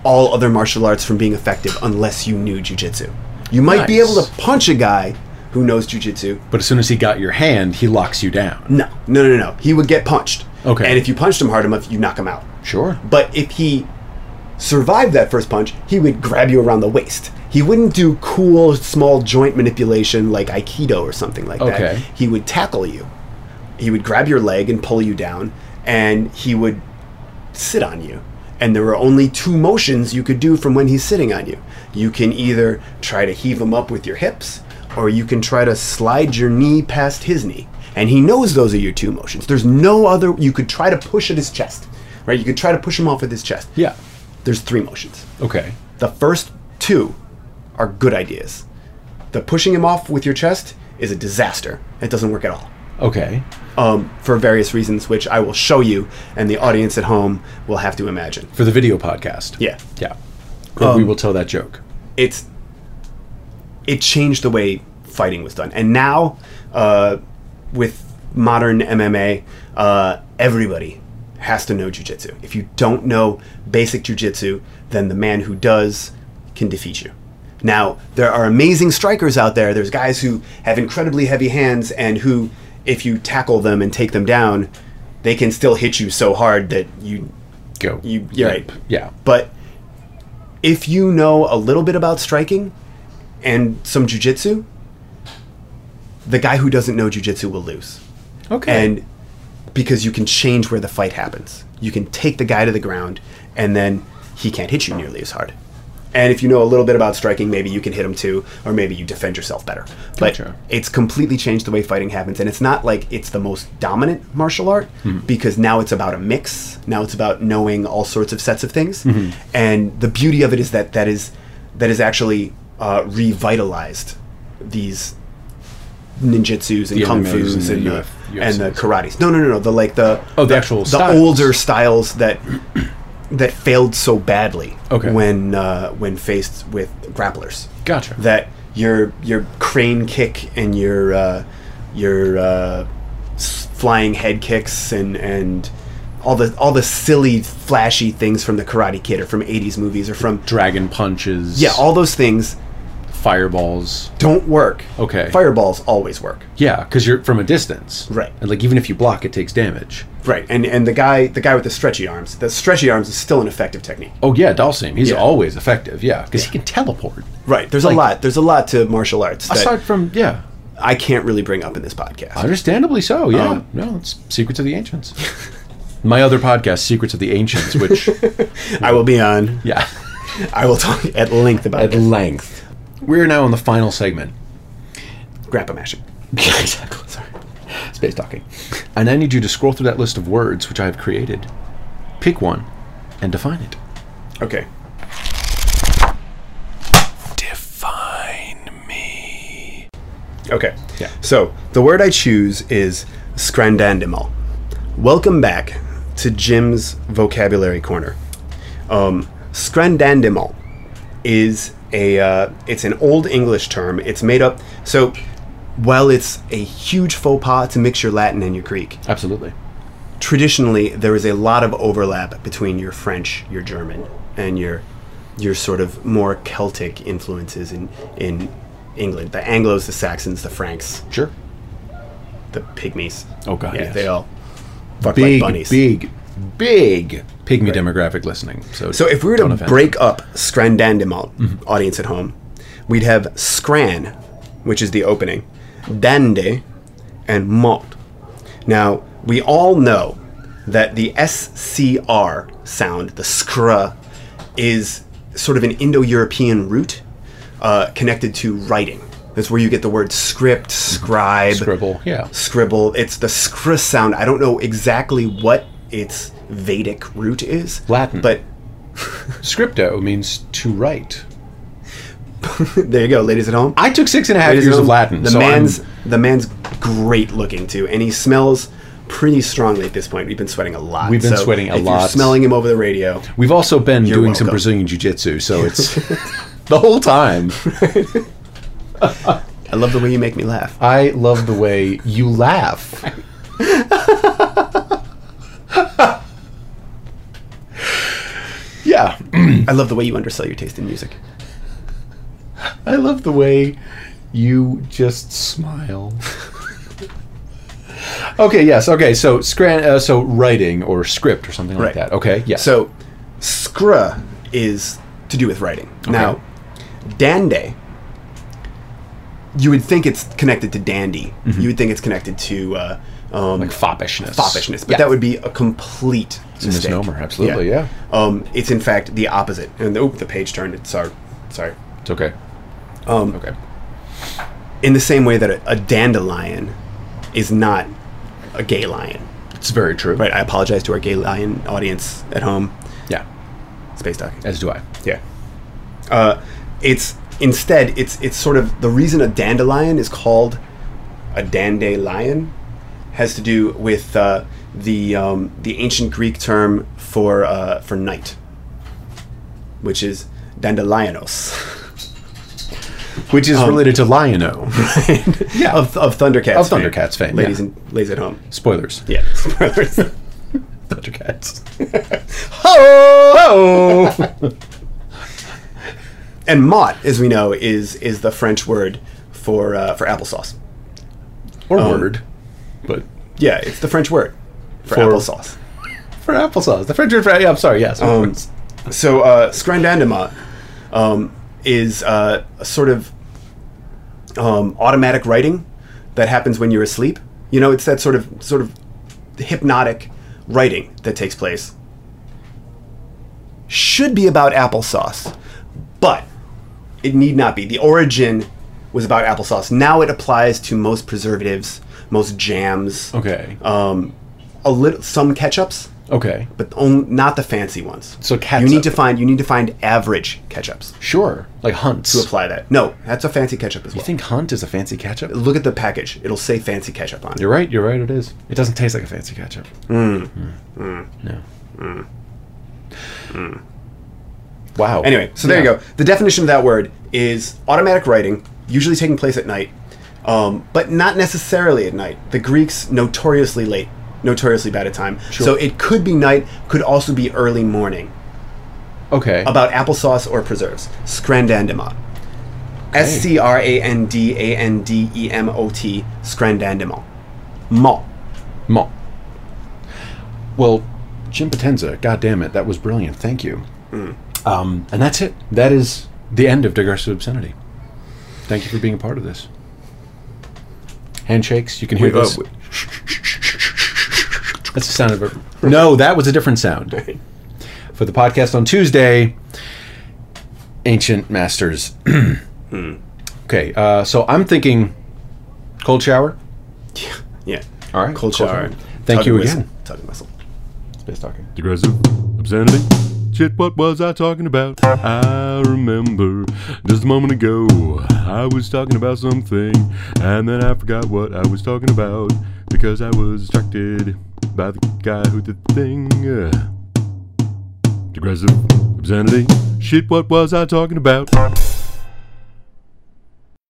Speaker 1: all other martial arts from being effective unless you knew jujitsu. You might be
Speaker 2: Nice.
Speaker 1: able to punch a guy who knows jujitsu.
Speaker 2: But as soon as he got your hand, he locks you down.
Speaker 1: No, no, no, no. He would get punched.
Speaker 2: Okay.
Speaker 1: And if you punched him hard enough, you knock him out.
Speaker 2: Sure.
Speaker 1: But if he survived that first punch, he would grab you around the waist. He wouldn't do cool small joint manipulation like Aikido or something like that.
Speaker 2: Okay.
Speaker 1: He would tackle you. He would grab your leg and pull you down, and he would sit on you. And there were only two motions you could do from when he's sitting on you. You can either try to heave him up with your hips, or you can try to slide your knee past his knee. And he knows those are your two motions. There's no other. You could try to push at his chest, right? You could try to push him off with his chest.
Speaker 2: Yeah.
Speaker 1: There's three motions.
Speaker 2: Okay.
Speaker 1: The first two are good ideas. The pushing him off with your chest is a disaster. It doesn't work at all
Speaker 2: Okay.
Speaker 1: um, for various reasons, which I will show you, and the audience at home will have to imagine.
Speaker 2: For the video podcast.
Speaker 1: Yeah, Um,
Speaker 2: Yeah. Or we will tell that joke.
Speaker 1: it's it changed the way fighting was done, and now uh, with modern MMA, uh, everybody has to know jujitsu. If you don't know basic jujitsu, then the man who does can defeat you. Now there are amazing strikers out there. There's guys who have incredibly heavy hands and who, if you tackle them and take them down, they can still hit you so hard that you
Speaker 2: Go.
Speaker 1: you you're
Speaker 2: Yep.
Speaker 1: right.
Speaker 2: Yeah.
Speaker 1: But if you know a little bit about striking and some jujitsu, the guy who doesn't know jujitsu will lose.
Speaker 2: Okay.
Speaker 1: And because you can change where the fight happens. You can take the guy to the ground and then he can't hit you nearly as hard. And if you know a little bit about striking, maybe you can hit him too, or maybe you defend yourself better. But
Speaker 2: Gotcha.
Speaker 1: it's completely changed the way fighting happens. And it's not like it's the most dominant martial art
Speaker 2: Mm-hmm.
Speaker 1: because now it's about a mix. Now it's about knowing all sorts of sets of things.
Speaker 2: Mm-hmm.
Speaker 1: And the beauty of it is that that is that is actually uh, revitalized these ninjutsus and
Speaker 2: The
Speaker 1: kung
Speaker 2: MMAs and
Speaker 1: fu's
Speaker 2: the
Speaker 1: and, the,
Speaker 2: UF
Speaker 1: and the
Speaker 2: UFCs.
Speaker 1: karates. No, no, no, no. The like the
Speaker 2: Oh, the actual
Speaker 1: the
Speaker 2: styles.
Speaker 1: older styles that that failed so badly
Speaker 2: Okay.
Speaker 1: when uh, when faced with grapplers.
Speaker 2: Gotcha.
Speaker 1: That your your crane kick and your uh, your uh, s- flying head kicks and and all the all the silly flashy things from the Karate Kid or from '80s movies or from
Speaker 2: Dragon punches.
Speaker 1: yeah all those things
Speaker 2: fireballs.
Speaker 1: don't work.
Speaker 2: Okay.
Speaker 1: Fireballs always work.
Speaker 2: Yeah, because you're from a distance.
Speaker 1: Right.
Speaker 2: And like even if you block, it takes damage.
Speaker 1: Right, and and the guy the guy with the stretchy arms, the stretchy arms is still an effective technique.
Speaker 2: Oh yeah, Dalsim. He's
Speaker 1: Yeah.
Speaker 2: always effective. Yeah, because he can teleport.
Speaker 1: Right, there's a
Speaker 2: Like-
Speaker 1: lot there's a lot to martial arts that
Speaker 2: Aside from yeah,
Speaker 1: I can't really bring up in this podcast.
Speaker 2: understandably so. Yeah.
Speaker 1: Um,
Speaker 2: no, it's Secrets of the Ancients. My other podcast, Secrets of the Ancients, which
Speaker 1: I will be on.
Speaker 2: yeah,
Speaker 1: I will talk at length about
Speaker 2: at
Speaker 1: this.
Speaker 2: length. We're now in the final segment.
Speaker 1: grappa mashing.
Speaker 2: exactly. Sorry. Space talking. And I need you to scroll through that list of words which I have created. Pick one and define it.
Speaker 1: Okay.
Speaker 2: Define me.
Speaker 1: Okay.
Speaker 2: Yeah.
Speaker 1: So the word I choose is scrandandimal. Welcome back to Jim's vocabulary corner. Um, scrandandimal is a uh, it's an old English term. It's made up so while it's a huge faux pas to mix your Latin and your Greek,
Speaker 2: Absolutely.
Speaker 1: traditionally there is a lot of overlap between your French, your German, and your your sort of more Celtic influences in in England. The Anglos, the Saxons, the Franks,
Speaker 2: Sure.
Speaker 1: the Pygmies.
Speaker 2: Oh, God,
Speaker 1: yeah,
Speaker 2: yes.
Speaker 1: they all fuck
Speaker 2: Big,
Speaker 1: like bunnies.
Speaker 2: big, big pygmy demographic listening. So,
Speaker 1: So if we were to
Speaker 2: offend Mm-hmm.
Speaker 1: break up Scrandandimal, audience at home, we'd have Scran, which is the opening, Dande, and Malt. Now, we all know that the SCR sound, the scr, is sort of an Indo European root uh, connected to writing. That's where you get the word script, scribe,
Speaker 2: Mm-hmm. scribble. Yeah.
Speaker 1: scribble. It's the skr sound. I don't know exactly what its Vedic root is.
Speaker 2: Latin.
Speaker 1: But
Speaker 2: Scripto means to write.
Speaker 1: there you go, ladies at home.
Speaker 2: I took six and a half
Speaker 1: Ladies at
Speaker 2: years of
Speaker 1: home,
Speaker 2: Latin.
Speaker 1: The
Speaker 2: so I'm-
Speaker 1: man's the man's great looking too, and he smells pretty strongly at this point. We've been sweating a lot.
Speaker 2: We've been
Speaker 1: So
Speaker 2: sweating a
Speaker 1: if You're
Speaker 2: lot.
Speaker 1: smelling him over the radio.
Speaker 2: We've also been doing some
Speaker 1: welcome.
Speaker 2: Brazilian jiu-jitsu, so it's the whole time.
Speaker 1: I love the way you make me laugh.
Speaker 2: I love the way you laugh. yeah,
Speaker 1: I love the way you undersell your taste in music.
Speaker 2: I love the way you just smile. okay, yes. Okay, so scran- uh, so writing or script or something like
Speaker 1: Right.
Speaker 2: that. Okay, yes.
Speaker 1: So, skr is to do with writing. Now, dande, you would think it's connected to dandy.
Speaker 2: Mm-hmm.
Speaker 1: You would think it's connected to uh, um,
Speaker 2: Like foppishness.
Speaker 1: foppishness, but
Speaker 2: Yeah.
Speaker 1: that would be a complete mistake.
Speaker 2: misnomer, absolutely, yeah.
Speaker 1: Um, it's in fact the opposite. And oh, the page turned. It's sorry, sorry.
Speaker 2: It's okay.
Speaker 1: Um,
Speaker 2: Okay.
Speaker 1: In the same way that a, a dandelion is not a gay lion,
Speaker 2: It's very true.
Speaker 1: right? I apologize to our gay lion audience at home.
Speaker 2: Yeah.
Speaker 1: Space talking.
Speaker 2: As do I.
Speaker 1: Yeah. Uh, it's instead it's it's sort of the reason a dandelion is called a dandelion has to do with uh, the um, the ancient Greek term for uh, for night, which is dandelionos.
Speaker 2: Which
Speaker 1: Um,
Speaker 2: is related to Lion-O.
Speaker 1: yeah, of, of Thundercats.
Speaker 2: Of Thundercats fame,
Speaker 1: ladies
Speaker 2: yeah.
Speaker 1: and ladies at home.
Speaker 2: Spoilers.
Speaker 1: Yeah, spoilers.
Speaker 2: Thundercats.
Speaker 1: Ho! and mot, as we know, is is the French word for uh, for applesauce.
Speaker 2: Or word. Um, But
Speaker 1: Yeah, it's the French word for,
Speaker 2: For-
Speaker 1: applesauce.
Speaker 2: for applesauce. The French word for yeah, I'm sorry, yes.
Speaker 1: Um, so uh, scrandandema um, is uh, a sort of um, automatic writing that happens when you're asleep. You know, it's that sort of sort of hypnotic writing that takes place. Should be about applesauce, but it need not be. The origin was about applesauce. Now it applies to most preservatives, most jams,
Speaker 2: okay.
Speaker 1: um, a little some ketchups
Speaker 2: okay.
Speaker 1: but on, not the fancy ones.
Speaker 2: So
Speaker 1: you
Speaker 2: catsup.
Speaker 1: need to find you need to find average ketchups.
Speaker 2: Sure. Like Hunt's.
Speaker 1: Apply that. No, that's a fancy ketchup as well.
Speaker 2: you think Hunt is a fancy ketchup?
Speaker 1: Look at the package; it'll say fancy ketchup on it.
Speaker 2: You're right. You're right. It is. It doesn't taste like a fancy ketchup.
Speaker 1: Hmm.
Speaker 2: Mm. No. Wow.
Speaker 1: Hmm. Anyway, so there
Speaker 2: Yeah.
Speaker 1: you go. The definition of that word is automatic writing, usually taking place at night, um, but not necessarily at night. The Greeks notoriously late, notoriously bad at time. So it could be night, could also be early morning.
Speaker 2: Okay.
Speaker 1: about applesauce or preserves. Scrandandemot. S C R A N D A N D E M O T. Scrandandemot. Malt.
Speaker 2: Mo. Well, Jim Potenza, god damn it, that was brilliant. Thank you.
Speaker 1: Hmm.
Speaker 2: Um, and that's it. That is the end of digressive obscenity. Thank you for being a part of this. Handshakes. You can hear
Speaker 1: Wait, uh,
Speaker 2: this. That's the sound of a. No, that was a different sound. For the podcast on Tuesday, ancient masters.
Speaker 1: Hmm.
Speaker 2: Okay, uh, so I'm thinking cold shower.
Speaker 1: Yeah.
Speaker 2: All right,
Speaker 1: Cold shower.
Speaker 2: Thank
Speaker 1: Tug
Speaker 2: you
Speaker 1: and whistle.
Speaker 2: again.
Speaker 1: Tug and whistle.
Speaker 2: Space talking.
Speaker 5: Digressive obscenity. Shit, what was I talking about? I remember just a moment ago I was talking about something, and then I forgot what I was talking about because I was distracted by the guy who did the thing. Uh, digressive obscenity. Shit, what was I talking about?